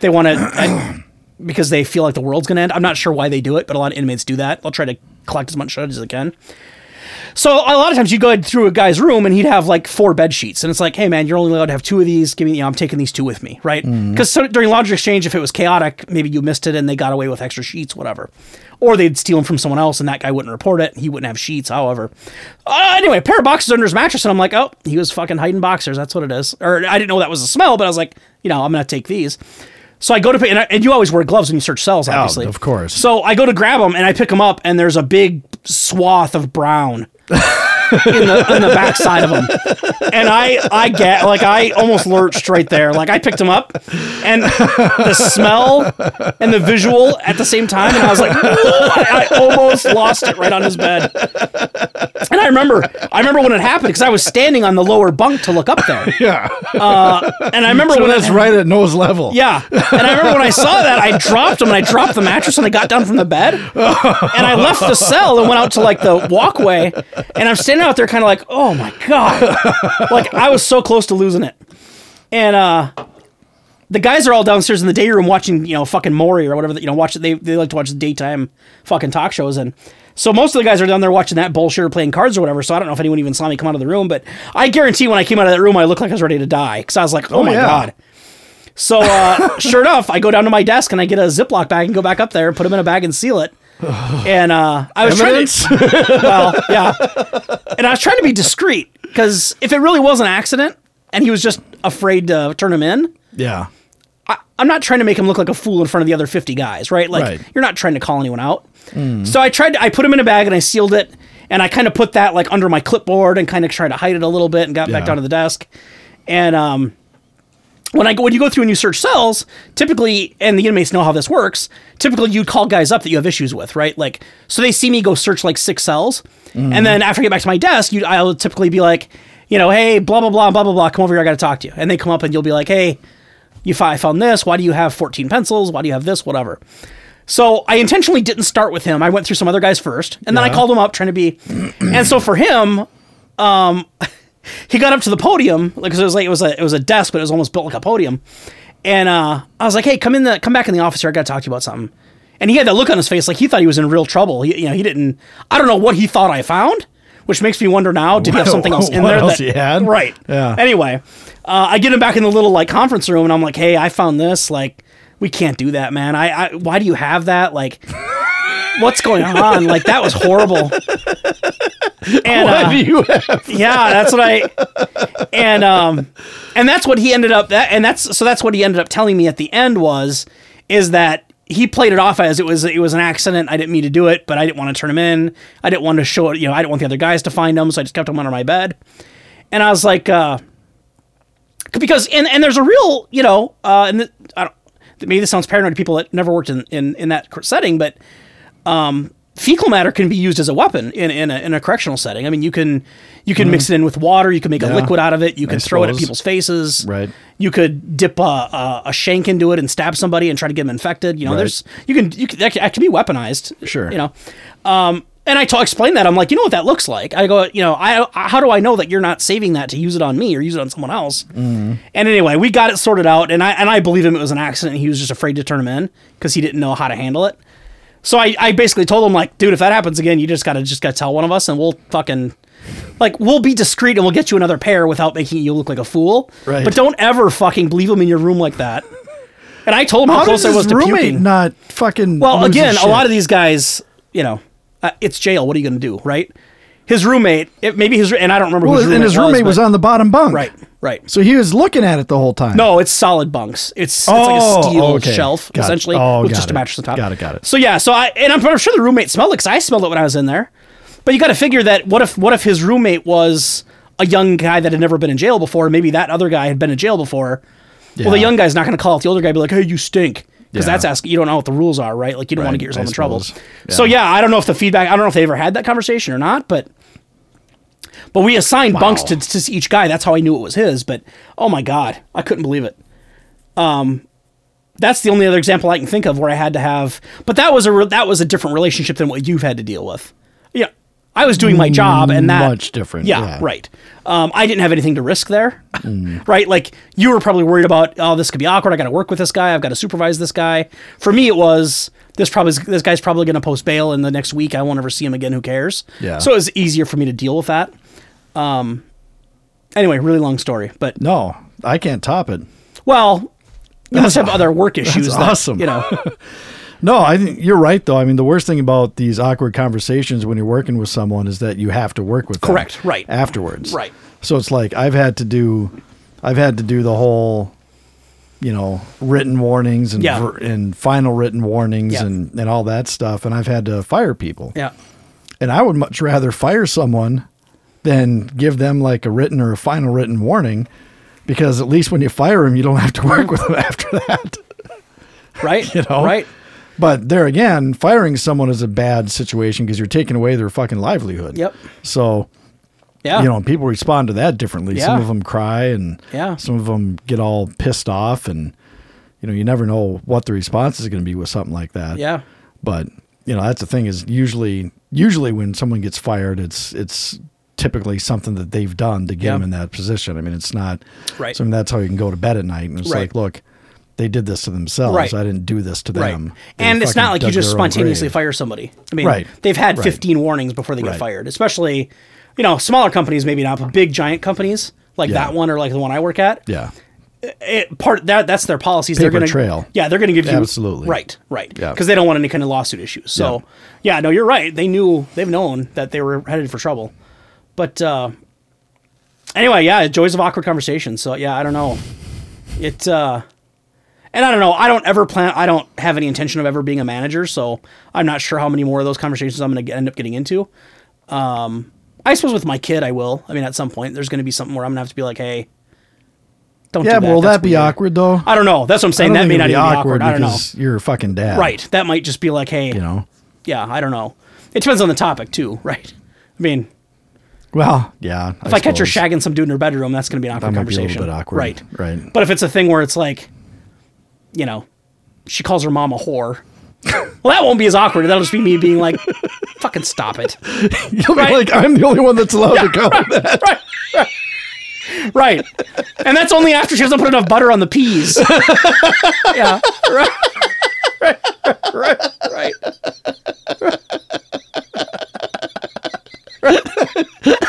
Speaker 3: They want to, because they feel like the world's going to end. I'm not sure why they do it, but a lot of inmates do that. They'll try to collect as much shit as they can. So a lot of times you go through a guy's room and he'd have like four bed sheets, and it's like, hey man, you're only allowed to have two of these. Give me, you know, I'm taking these two with me, right?
Speaker 2: Mm-hmm.
Speaker 3: Because so, during laundry exchange, if it was chaotic, maybe you missed it and they got away with extra sheets, whatever. Or they'd steal them from someone else, and that guy wouldn't report it. He wouldn't have sheets. However, uh, anyway, a pair of boxers under his mattress, and I'm like, oh, he was fucking hiding boxers. That's what it is. Or I didn't know that was a smell, but I was like, you know, I'm gonna take these. So I go to pay, and, I, and you always wear gloves when you search cells, obviously.
Speaker 2: Oh, of course.
Speaker 3: So I go to grab them and I pick them up, and there's a big swath of brown in the on the backside of them, and I I get like I almost lurched right there. Like I picked him up, and the smell and the visual at the same time, and I was like, I almost lost it right on his bed. And I remember I remember when it happened because I was standing on the lower bunk to look up there,
Speaker 2: Yeah.
Speaker 3: and I remember
Speaker 2: so
Speaker 3: when
Speaker 2: that's
Speaker 3: it,
Speaker 2: right at nose level.
Speaker 3: yeah. And I remember when I saw that, I dropped him and I dropped the mattress and I got down from the bed and I left the cell and went out to like the walkway. And I'm standing out there kind of like, oh my God. Like I was so close to losing it. And, uh, the guys are all downstairs in the day room watching, you know, fucking Maury or whatever. that You know, watch they they like to watch the daytime fucking talk shows, and so most of the guys are down there watching that bullshit or playing cards or whatever. So I don't know if anyone even saw me come out of the room, but I guarantee when I came out of that room, I looked like I was ready to die because I was like, oh, my
Speaker 2: yeah.
Speaker 3: god. So uh, sure enough, I go down to my desk and I get a Ziploc bag and go back up there and put them in a bag and seal it. And uh, I was
Speaker 2: Evidence?
Speaker 3: trying to, well, yeah, and I was trying to be discreet because if it really was an accident and he was just afraid to turn him in,
Speaker 2: yeah.
Speaker 3: I, I'm not trying to make him look like a fool in front of the other 50 guys, right? Like,
Speaker 2: Right. Hmm.
Speaker 3: you're not trying to call anyone out. So I tried to, I put him in a bag and I sealed it. And I kind of put that like under my clipboard and kind of tried to hide it a little bit and got
Speaker 2: Yeah.
Speaker 3: back down to the desk. And, um, when I go, when you go through and you search cells, typically, and the inmates know how this works. Typically, you'd call guys up that you have issues with, right? Like, so they see me go search like six cells,
Speaker 2: Hmm.
Speaker 3: and then after I get back to my desk, you, I'll typically be like, you know, hey, blah blah blah blah blah blah, come over here, I got to talk to you. And they come up and you'll be like, hey, you fi- I found this. Why do you have fourteen pencils? Why do you have this? Whatever. So I intentionally didn't start with him. I went through some other guys first, and then I
Speaker 2: Yeah.
Speaker 3: called him up trying to be. and so for him, he got up to the podium like 'cause it was like it was a it was a desk, but it was almost built like a podium. And uh, I was like, "Hey, come in the come back in the office here. I got to talk to you about something." And he had that look on his face like he thought he was in real trouble. He, you know, he didn't. I don't know what he thought I found, which makes me wonder now. Did he have something else in
Speaker 2: What
Speaker 3: there?
Speaker 2: else
Speaker 3: that,
Speaker 2: he had?
Speaker 3: Right.
Speaker 2: Yeah.
Speaker 3: Anyway, uh, I get him back in the little like conference room, and I'm like, "Hey, I found this. Like, we can't do that, man. I, I why do you have that? Like, what's going on? Like, that was horrible." And, uh,
Speaker 2: Why do you have?
Speaker 3: yeah, that's what I and um and that's what he ended up that and that's so that's what he ended up telling me at the end was is that he played it off as it was it was an accident. I didn't mean to do it, but I didn't want to turn him in. I didn't want to show it, you know, I didn't want the other guys to find him, so I just kept him under my bed. And I was like uh because and and there's a real, you know, uh and th- I don't maybe this sounds paranoid to people that never worked in in in that setting, but um, fecal matter can be used as a weapon in, in, a, in a correctional setting. I mean, you can you can mix it in with water. You can make a
Speaker 2: Mm-hmm. Yeah.
Speaker 3: liquid out of it. You can throw it at
Speaker 2: suppose.
Speaker 3: people's faces.
Speaker 2: Right.
Speaker 3: You could dip a, a, a shank into it and stab somebody and try to get them infected. You know,
Speaker 2: Right.
Speaker 3: there's you can you can, that, can, that can be weaponized.
Speaker 2: Sure.
Speaker 3: You know, um, and I ta- explain that I'm like, you know what that looks like. I go, you know, I, I- how do I know that you're not saving that to use it on me or use it on someone else?
Speaker 2: Mm-hmm.
Speaker 3: And anyway, we got it sorted out, and I and I believe him. It was an accident. He was just afraid to turn him in because he didn't know how to handle it. So I, I basically told him like, dude, if that happens again, you just gotta just gotta tell one of us, and we'll fucking like we'll be discreet and we'll get you another pair without making you look like a fool.
Speaker 2: Right.
Speaker 3: But don't ever fucking leave him in your room like that. And I told him how,
Speaker 2: How
Speaker 3: close
Speaker 2: does
Speaker 3: I was
Speaker 2: his
Speaker 3: to
Speaker 2: roommate
Speaker 3: puking.
Speaker 2: not fucking?
Speaker 3: Well,
Speaker 2: lose his
Speaker 3: again, a
Speaker 2: shit?
Speaker 3: lot of these guys, you know, uh, it's jail. What are you going to do, right? His roommate, it, maybe his, and I don't remember. who
Speaker 2: Well,
Speaker 3: his
Speaker 2: and his roommate was,
Speaker 3: but-
Speaker 2: on the bottom bunk.
Speaker 3: Right, Right.
Speaker 2: So he was looking at it the whole time.
Speaker 3: No, it's solid bunks. It's, it's
Speaker 2: Oh,
Speaker 3: like a steel
Speaker 2: okay.
Speaker 3: shelf
Speaker 2: Got it.
Speaker 3: essentially
Speaker 2: Oh,
Speaker 3: with
Speaker 2: got
Speaker 3: just a
Speaker 2: it.
Speaker 3: mattress on top.
Speaker 2: Got it, got it.
Speaker 3: So yeah, so I and I'm, I'm sure the roommate smelled it because I smelled it when I was in there. But you got to figure that what if what if his roommate was a young guy that had never been in jail before? Maybe that other guy had been in jail before. Well, the
Speaker 2: Yeah.
Speaker 3: young guy's not going to call out the older guy and be like, "Hey, you stink," because
Speaker 2: Yeah.
Speaker 3: that's asking. You don't know what the rules are, right? Like you don't want
Speaker 2: Right,
Speaker 3: to get
Speaker 2: I
Speaker 3: yourself in trouble.
Speaker 2: suppose.
Speaker 3: So yeah, I don't know if the feedback. I don't know if they ever had that conversation or not, but. But we assigned bunks to, to each guy. That's how I knew it was his. But oh my god, I couldn't believe it. Um, that's the only other example I can think of where I had to have. But that was a re- that was a different relationship than what you've had to deal with. Yeah, I was doing my job, and that
Speaker 2: Much different,
Speaker 3: Yeah,
Speaker 2: yeah.
Speaker 3: right. Um, I didn't have anything to risk there. right, like you were probably worried about. Oh, this could be awkward. I got to work with this guy. I've got to supervise this guy. For me, it was. This probably this guy's probably going to post bail in the next week. I won't ever see him again. Who cares?
Speaker 2: Yeah.
Speaker 3: So it was easier for me to deal with that Um, anyway, really long story, but
Speaker 2: No, I can't top it.
Speaker 3: well, you must have other work issues.
Speaker 2: that's
Speaker 3: that,
Speaker 2: awesome.
Speaker 3: You know,
Speaker 2: No, I think you're right though. I mean, the worst thing about these awkward conversations when you're working with someone is that you have to work with them
Speaker 3: Correct, right.
Speaker 2: afterwards.
Speaker 3: Right.
Speaker 2: So it's like I've had to do I've had to do the whole you know, written warnings and
Speaker 3: Yeah.
Speaker 2: ver- and final written warnings
Speaker 3: Yeah.
Speaker 2: and and all that stuff and I've had to fire people.
Speaker 3: yeah,
Speaker 2: And I would much rather fire someone than give them like a written or a final written warning because at least when you fire them you don't have to work with them after that.
Speaker 3: right,
Speaker 2: You know?
Speaker 3: right.
Speaker 2: But there again, firing someone is a bad situation because you're taking away their fucking livelihood.
Speaker 3: Yep.
Speaker 2: So,
Speaker 3: Yeah,
Speaker 2: you know, and people respond to that differently. Some
Speaker 3: Yeah.
Speaker 2: of them cry and
Speaker 3: Yeah.
Speaker 2: some of them get all pissed off and, you know, you never know what the response is going to be with something like that.
Speaker 3: yeah,
Speaker 2: But, you know, that's the thing is usually, usually when someone gets fired, it's, it's, typically something that they've done to get
Speaker 3: Yeah.
Speaker 2: them in that position. I mean, it's not,
Speaker 3: Right.
Speaker 2: So I mean, that's how you can go to bed at night and it's
Speaker 3: Right.
Speaker 2: like, look, they did this to themselves.
Speaker 3: Right.
Speaker 2: I didn't do this to
Speaker 3: right.
Speaker 2: them. They
Speaker 3: and it's
Speaker 2: fucking
Speaker 3: not like you
Speaker 2: dug
Speaker 3: just
Speaker 2: their own
Speaker 3: spontaneously
Speaker 2: grave.
Speaker 3: fire somebody. I mean,
Speaker 2: Right,
Speaker 3: they've had
Speaker 2: right.
Speaker 3: 15 warnings before they get
Speaker 2: Right.
Speaker 3: fired, especially, you know, smaller companies, maybe not, but big giant companies like
Speaker 2: Yeah.
Speaker 3: that one or like the one I work at.
Speaker 2: Yeah.
Speaker 3: It, part that that's their policies. they're
Speaker 2: Paper
Speaker 3: gonna
Speaker 2: trail.
Speaker 3: Yeah, they're gonna give you
Speaker 2: Absolutely.
Speaker 3: right, right,
Speaker 2: Yeah.
Speaker 3: because they don't want any kind of lawsuit issues. So, yeah, no, you're right. They knew they've known that they were headed for trouble, but uh, anyway, yeah, joys of awkward conversation. So yeah, I don't know. It uh, and I don't know. I don't ever plan. I don't have any intention of ever being a manager, so I'm not sure how many more of those conversations I'm gonna get, end up getting into. Um, I suppose with my kid, I will. I mean, at some point, there's gonna be something where I'm gonna have to be like, hey. Don't
Speaker 2: Yeah,
Speaker 3: do
Speaker 2: but
Speaker 3: that.
Speaker 2: will
Speaker 3: That's
Speaker 2: that be
Speaker 3: weird."
Speaker 2: awkward though?
Speaker 3: I don't know. That's what I'm saying.
Speaker 2: don't
Speaker 3: That
Speaker 2: think
Speaker 3: may
Speaker 2: it'd
Speaker 3: not even be awkward. I don't know.
Speaker 2: because You're a fucking dad,
Speaker 3: Right. That might just be like, hey,
Speaker 2: You know.
Speaker 3: yeah, I don't know. It depends on the topic too, right? I mean, if
Speaker 2: Well, yeah. If
Speaker 3: I, catch her shagging some dude in her bedroom, that's going to be an awkward
Speaker 2: might be a little
Speaker 3: conversation.
Speaker 2: bit awkward.
Speaker 3: Right.
Speaker 2: Right.
Speaker 3: But if it's a thing where it's like, you know, she calls her mom a whore. Well, that won't be as awkward. That'll just be me being like, "Fucking stop it!"
Speaker 2: you'll
Speaker 3: right.
Speaker 2: be like, I'm the only one that's allowed to go.
Speaker 3: Right, right. right, and that's only after she doesn't put enough butter on the peas. yeah, right, right, right, right.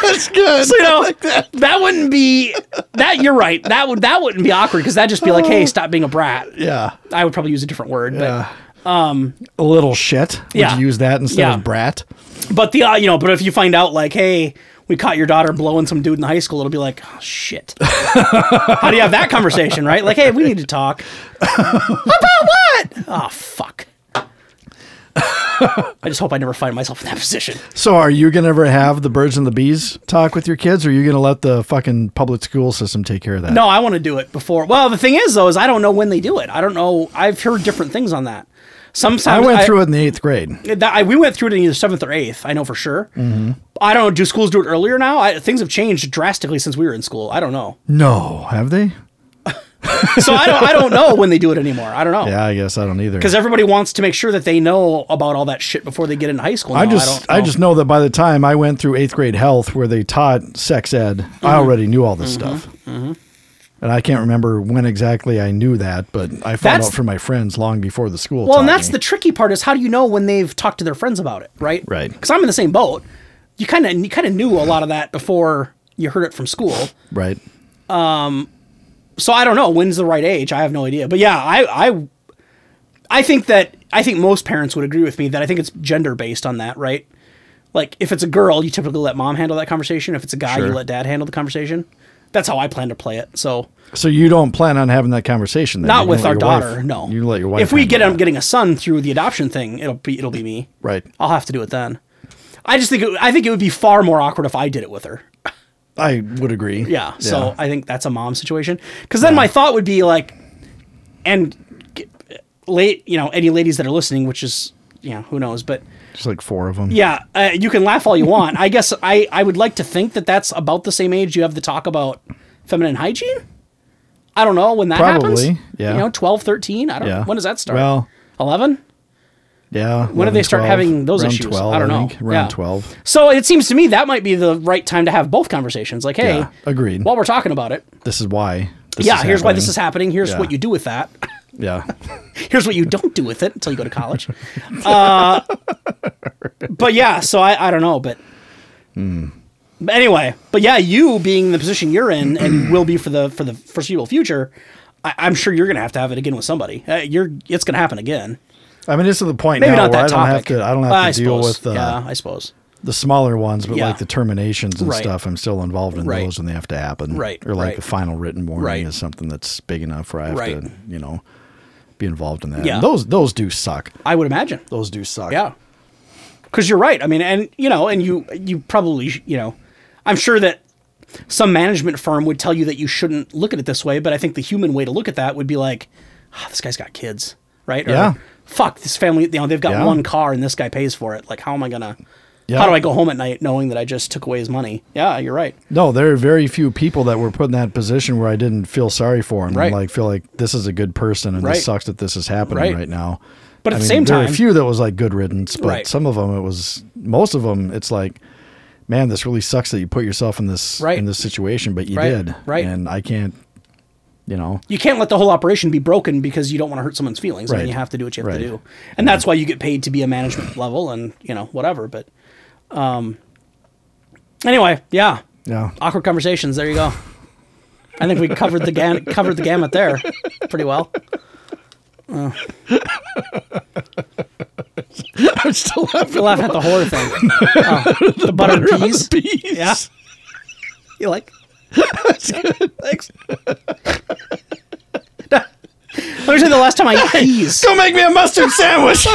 Speaker 2: That's good.
Speaker 3: So, you know that. wouldn't be that you're right that would that wouldn't be awkward because that'd just be like hey stop being a brat
Speaker 2: Yeah.
Speaker 3: i would probably use a different word
Speaker 2: Yeah. Uh, A little shit. Would
Speaker 3: um, Yeah.
Speaker 2: you use that instead
Speaker 3: Yeah.
Speaker 2: of brat?
Speaker 3: but but the uh, you know but if you find out like hey we caught your daughter blowing some dude in high school it'll be like oh, shit how do you have that conversation right like hey we need to talk about what oh fuck i just hope i never find myself in that position
Speaker 2: So are you gonna ever have the birds and the bees talk with your kids, or are you gonna let the fucking public school system take care of that?
Speaker 3: No, I want to do it before. Well, the thing is, though, is I don't know when they do it. I don't know. I've heard different things on that. Sometimes
Speaker 2: I went through it Mm-hmm. in the eighth grade.
Speaker 3: That, I, we went through it in either seventh or eighth. I know for sure. I don't know. Do schools do it earlier now? I, things have changed drastically since we were in school. I don't know.
Speaker 2: No, have they?
Speaker 3: So I don't. I don't know when they do it anymore. I don't know.
Speaker 2: Yeah, I guess I don't either.
Speaker 3: Because everybody wants to make sure that they know about all that shit before they get into high school.
Speaker 2: I
Speaker 3: No,
Speaker 2: just
Speaker 3: don't
Speaker 2: I,
Speaker 3: know.
Speaker 2: just know that by the time I went through eighth grade health, where they taught sex ed,
Speaker 3: Mm-hmm.
Speaker 2: I already knew all this stuff. And I can't remember when exactly I knew that, but I found
Speaker 3: That's-
Speaker 2: out from my friends long before the school.
Speaker 3: Well, and
Speaker 2: taught
Speaker 3: that's
Speaker 2: me.
Speaker 3: the tricky part is how do you know when they've talked to their friends about it, right?
Speaker 2: Right.
Speaker 3: Because I'm in the same boat. You kind of you kind of knew a lot of that before you heard it from school.
Speaker 2: right.
Speaker 3: so I don't know when's the right age. I have no idea. But yeah, I I I think that I think most parents would agree with me that I think it's gender based on that, right? Like if it's a girl, you typically let mom handle that conversation. If it's a guy, you
Speaker 2: Sure.
Speaker 3: let dad handle the conversation. that's how I plan to play it. So
Speaker 2: So you don't plan on having that conversation? Then.
Speaker 3: not
Speaker 2: You
Speaker 3: with
Speaker 2: let
Speaker 3: our
Speaker 2: your
Speaker 3: daughter.
Speaker 2: wife-
Speaker 3: no,
Speaker 2: You let your wife.
Speaker 3: If we
Speaker 2: handle
Speaker 3: get,
Speaker 2: it.
Speaker 3: I'm getting a son through the adoption thing. It'll be it'll be me.
Speaker 2: right,
Speaker 3: I'll have to do it then. I just think it, I think it would be far more awkward if I did it with her.
Speaker 2: I would agree.
Speaker 3: Yeah. So I think that's a mom situation. Because then my thought would be like, and g- late, you know, any ladies that are listening, which is, you know, who knows, but
Speaker 2: just like four of them.
Speaker 3: yeah, uh, you can laugh all you want. I guess I, I would like to think that that's about the same age you have the talk about feminine hygiene. I don't know when that
Speaker 2: Probably,
Speaker 3: happens.
Speaker 2: yeah.
Speaker 3: You know, 12, 13. I don't
Speaker 2: Yeah.
Speaker 3: know. When does that start?
Speaker 2: Well,
Speaker 3: 11?
Speaker 2: yeah.
Speaker 3: When do they start
Speaker 2: 11,
Speaker 3: having those
Speaker 2: around
Speaker 3: issues?
Speaker 2: 12,
Speaker 3: I don't know.
Speaker 2: think, around
Speaker 3: Yeah.
Speaker 2: twelve.
Speaker 3: So it seems to me that might be the right time to have both conversations. Like, hey,
Speaker 2: Yeah, agreed.
Speaker 3: While we're talking about it,
Speaker 2: This is why. this
Speaker 3: yeah,
Speaker 2: is
Speaker 3: here's why this is
Speaker 2: happening.
Speaker 3: happening. Here's
Speaker 2: Yeah.
Speaker 3: what you do with that.
Speaker 2: Yeah.
Speaker 3: Here's what you don't do with it until you go to college. Uh, but yeah, so I, I don't know, but.
Speaker 2: Hmm.
Speaker 3: But anyway, but yeah, you being the position you're in and will be for the for the foreseeable future, I, I'm sure you're gonna have to have it again with somebody. Uh, you're it's gonna happen again.
Speaker 2: I mean, it's to the point
Speaker 3: Maybe
Speaker 2: now
Speaker 3: not
Speaker 2: where I
Speaker 3: that
Speaker 2: don't
Speaker 3: topic.
Speaker 2: have to. I don't have
Speaker 3: Uh,
Speaker 2: to
Speaker 3: I
Speaker 2: deal
Speaker 3: suppose.
Speaker 2: with uh,
Speaker 3: yeah, I suppose.
Speaker 2: the smaller ones, but
Speaker 3: Yeah.
Speaker 2: like the terminations and
Speaker 3: Right.
Speaker 2: stuff, I'm still involved in
Speaker 3: Right.
Speaker 2: those when they have to happen.
Speaker 3: Right,
Speaker 2: Or like
Speaker 3: right.
Speaker 2: a final written warning
Speaker 3: Right.
Speaker 2: is something that's big enough where I have
Speaker 3: Right.
Speaker 2: to, you know, be involved in that.
Speaker 3: Yeah.
Speaker 2: And those those do suck.
Speaker 3: I would imagine.
Speaker 2: Those do suck.
Speaker 3: Yeah. Cuz you're right. I mean, and you know, and you you probably, sh- you know, I'm sure that some management firm would tell you that you shouldn't look at it this way, but I think the human way to look at that would be like, ah, this guy's got kids, right? Or,
Speaker 2: Yeah.
Speaker 3: Fuck, this family, you know, they've got
Speaker 2: Yeah.
Speaker 3: one car and this guy pays for it. Like how am I going to
Speaker 2: Yeah.
Speaker 3: How do I go home at night knowing that I just took away his money? Yeah, you're right.
Speaker 2: No, there are very few people that were put in that position where I didn't feel sorry for them
Speaker 3: Right.
Speaker 2: and like feel like this is a good person and
Speaker 3: Right.
Speaker 2: this sucks that this is happening
Speaker 3: Right.
Speaker 2: right, now.
Speaker 3: But at
Speaker 2: I
Speaker 3: the
Speaker 2: mean,
Speaker 3: same
Speaker 2: there are
Speaker 3: time-
Speaker 2: a few that was like good riddance, but
Speaker 3: Right.
Speaker 2: some of them it was most of them. It's like, man, this really sucks that you put yourself in this
Speaker 3: Right.
Speaker 2: in this situation, but you
Speaker 3: Right,
Speaker 2: did,
Speaker 3: right.
Speaker 2: And I can't, you know,
Speaker 3: you can't let the whole operation be broken because you don't want to hurt someone's feelings. I mean,
Speaker 2: Right.
Speaker 3: you have to do what you have to
Speaker 2: Right.
Speaker 3: do, and that's why you get paid to be a management level and you know whatever. But um, anyway, yeah,
Speaker 2: yeah,
Speaker 3: awkward conversations. There you go. I think we covered the gan- covered the gamut there pretty well.
Speaker 2: Uh. I'm still laughing.
Speaker 3: You're laughing at the horror thing, Oh, the, buttered peas. Yeah, you like? That's good. Thanks. Let me say the last time I ate peas.
Speaker 2: Go make me a mustard sandwich.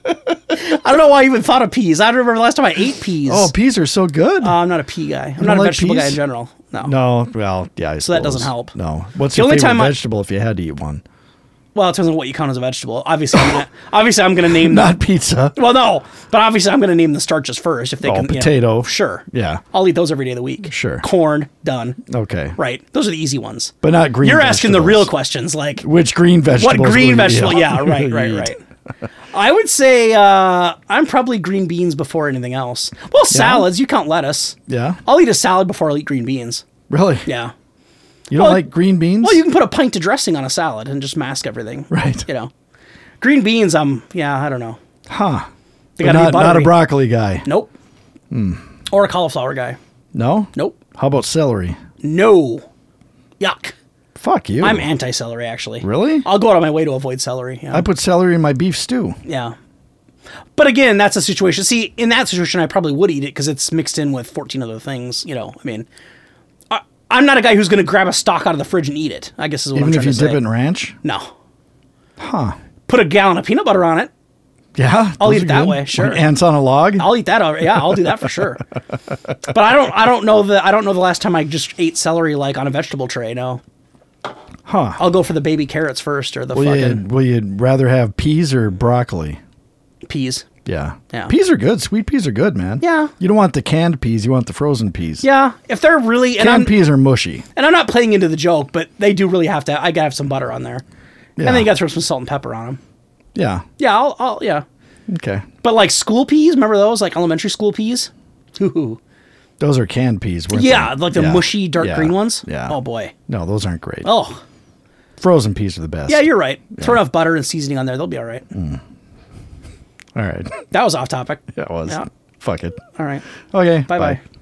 Speaker 3: I don't know why I even thought of peas. I don't remember the last time I ate peas.
Speaker 2: oh, peas are so good.
Speaker 3: Uh, I'm not a pea guy. I'm not a
Speaker 2: like
Speaker 3: vegetable guy
Speaker 2: peas?
Speaker 3: in general. No.
Speaker 2: no, well, yeah. I
Speaker 3: So that doesn't
Speaker 2: suppose.
Speaker 3: help.
Speaker 2: No. What's
Speaker 3: The
Speaker 2: your
Speaker 3: only
Speaker 2: favorite
Speaker 3: time I-
Speaker 2: vegetable if you had to eat one?
Speaker 3: Well, it depends on what you count as a vegetable. Obviously, I'm gonna, obviously, I'm going to name.
Speaker 2: Not pizza.
Speaker 3: well, no, but obviously, I'm going to name the starches first. If they
Speaker 2: Oh,
Speaker 3: can, you know.
Speaker 2: potato.
Speaker 3: sure.
Speaker 2: Yeah.
Speaker 3: I'll eat those every day of the week.
Speaker 2: Sure.
Speaker 3: Corn. Done.
Speaker 2: Okay.
Speaker 3: Right. Those are the easy ones.
Speaker 2: But not green.
Speaker 3: You're asking the real
Speaker 2: vegetables.
Speaker 3: questions, like
Speaker 2: Which green
Speaker 3: what
Speaker 2: vegetables? will you
Speaker 3: green
Speaker 2: eat?
Speaker 3: vegetable? Yeah. Right. Right.
Speaker 2: Eat.
Speaker 3: Right. I would say uh, I'm probably green beans before anything else. Well, salads. You count lettuce.
Speaker 2: Yeah.
Speaker 3: I'll eat a salad before I'll eat green beans.
Speaker 2: Really?
Speaker 3: Yeah.
Speaker 2: You don't
Speaker 3: Well,
Speaker 2: like green beans?
Speaker 3: Well, you can put a pint of dressing on a salad and just mask everything.
Speaker 2: Right.
Speaker 3: You know, green beans. I'm yeah. I don't know.
Speaker 2: huh?
Speaker 3: They
Speaker 2: But not,
Speaker 3: gotta be
Speaker 2: not a Hmm.
Speaker 3: buttery.
Speaker 2: broccoli guy.
Speaker 3: Nope. Or a cauliflower guy.
Speaker 2: No.
Speaker 3: Nope.
Speaker 2: How about celery?
Speaker 3: No. Yuck.
Speaker 2: Fuck you.
Speaker 3: I'm anti celery actually.
Speaker 2: Really?
Speaker 3: I'll go out of my way to avoid celery. Yeah.
Speaker 2: I put celery in my beef stew.
Speaker 3: yeah. But again, that's a situation. See, in that situation, I probably would eat it because it's mixed in with 14 other things. You know, I mean, I, I'm not a guy who's going to grab a stock out of the fridge and eat it. I guess is what
Speaker 2: Even if
Speaker 3: I'm trying
Speaker 2: you
Speaker 3: to
Speaker 2: dip
Speaker 3: say.
Speaker 2: it in ranch.
Speaker 3: no.
Speaker 2: Huh.
Speaker 3: Put a gallon of peanut butter on it.
Speaker 2: Yeah.
Speaker 3: I'll
Speaker 2: those
Speaker 3: eat
Speaker 2: are
Speaker 3: it that
Speaker 2: good.
Speaker 3: way,
Speaker 2: Like
Speaker 3: sure.
Speaker 2: ants on a log.
Speaker 3: I'll eat that. al- Yeah, I'll do that for sure. But I don't. I don't know the. I don't know the last time I just ate celery like on a vegetable tray. No,
Speaker 2: huh.
Speaker 3: I'll go for the baby carrots first or the
Speaker 2: Will you,
Speaker 3: fucking
Speaker 2: will you rather have peas or broccoli?
Speaker 3: peas.
Speaker 2: Yeah.
Speaker 3: Yeah.
Speaker 2: Peas are good. Sweet peas are good, man.
Speaker 3: Yeah.
Speaker 2: You don't want the canned peas. You want the frozen peas.
Speaker 3: Yeah, if they're really and
Speaker 2: Canned
Speaker 3: I'm,
Speaker 2: peas are mushy.
Speaker 3: and I'm not playing into the joke, but they do really have to. I gotta have some butter on there, and
Speaker 2: Yeah.
Speaker 3: then you gotta throw some salt and pepper on them.
Speaker 2: Yeah.
Speaker 3: Yeah, I'll, I'll yeah.
Speaker 2: Okay.
Speaker 3: But like school peas, remember those? Like elementary school peas. Hoo-hoo.
Speaker 2: Those are canned peas. weren't
Speaker 3: Yeah,
Speaker 2: they?
Speaker 3: like the
Speaker 2: Yeah.
Speaker 3: mushy dark
Speaker 2: Yeah.
Speaker 3: green ones.
Speaker 2: Yeah.
Speaker 3: Oh boy.
Speaker 2: No, those aren't great.
Speaker 3: Oh.
Speaker 2: Frozen peas are the best.
Speaker 3: Yeah, you're right. Throw enough butter and seasoning on there, they'll be all right.
Speaker 2: Mm. All right.
Speaker 3: That was off topic.
Speaker 2: That was.
Speaker 3: Yeah.
Speaker 2: Fuck it.
Speaker 3: All right.
Speaker 2: Okay.
Speaker 3: Bye-bye.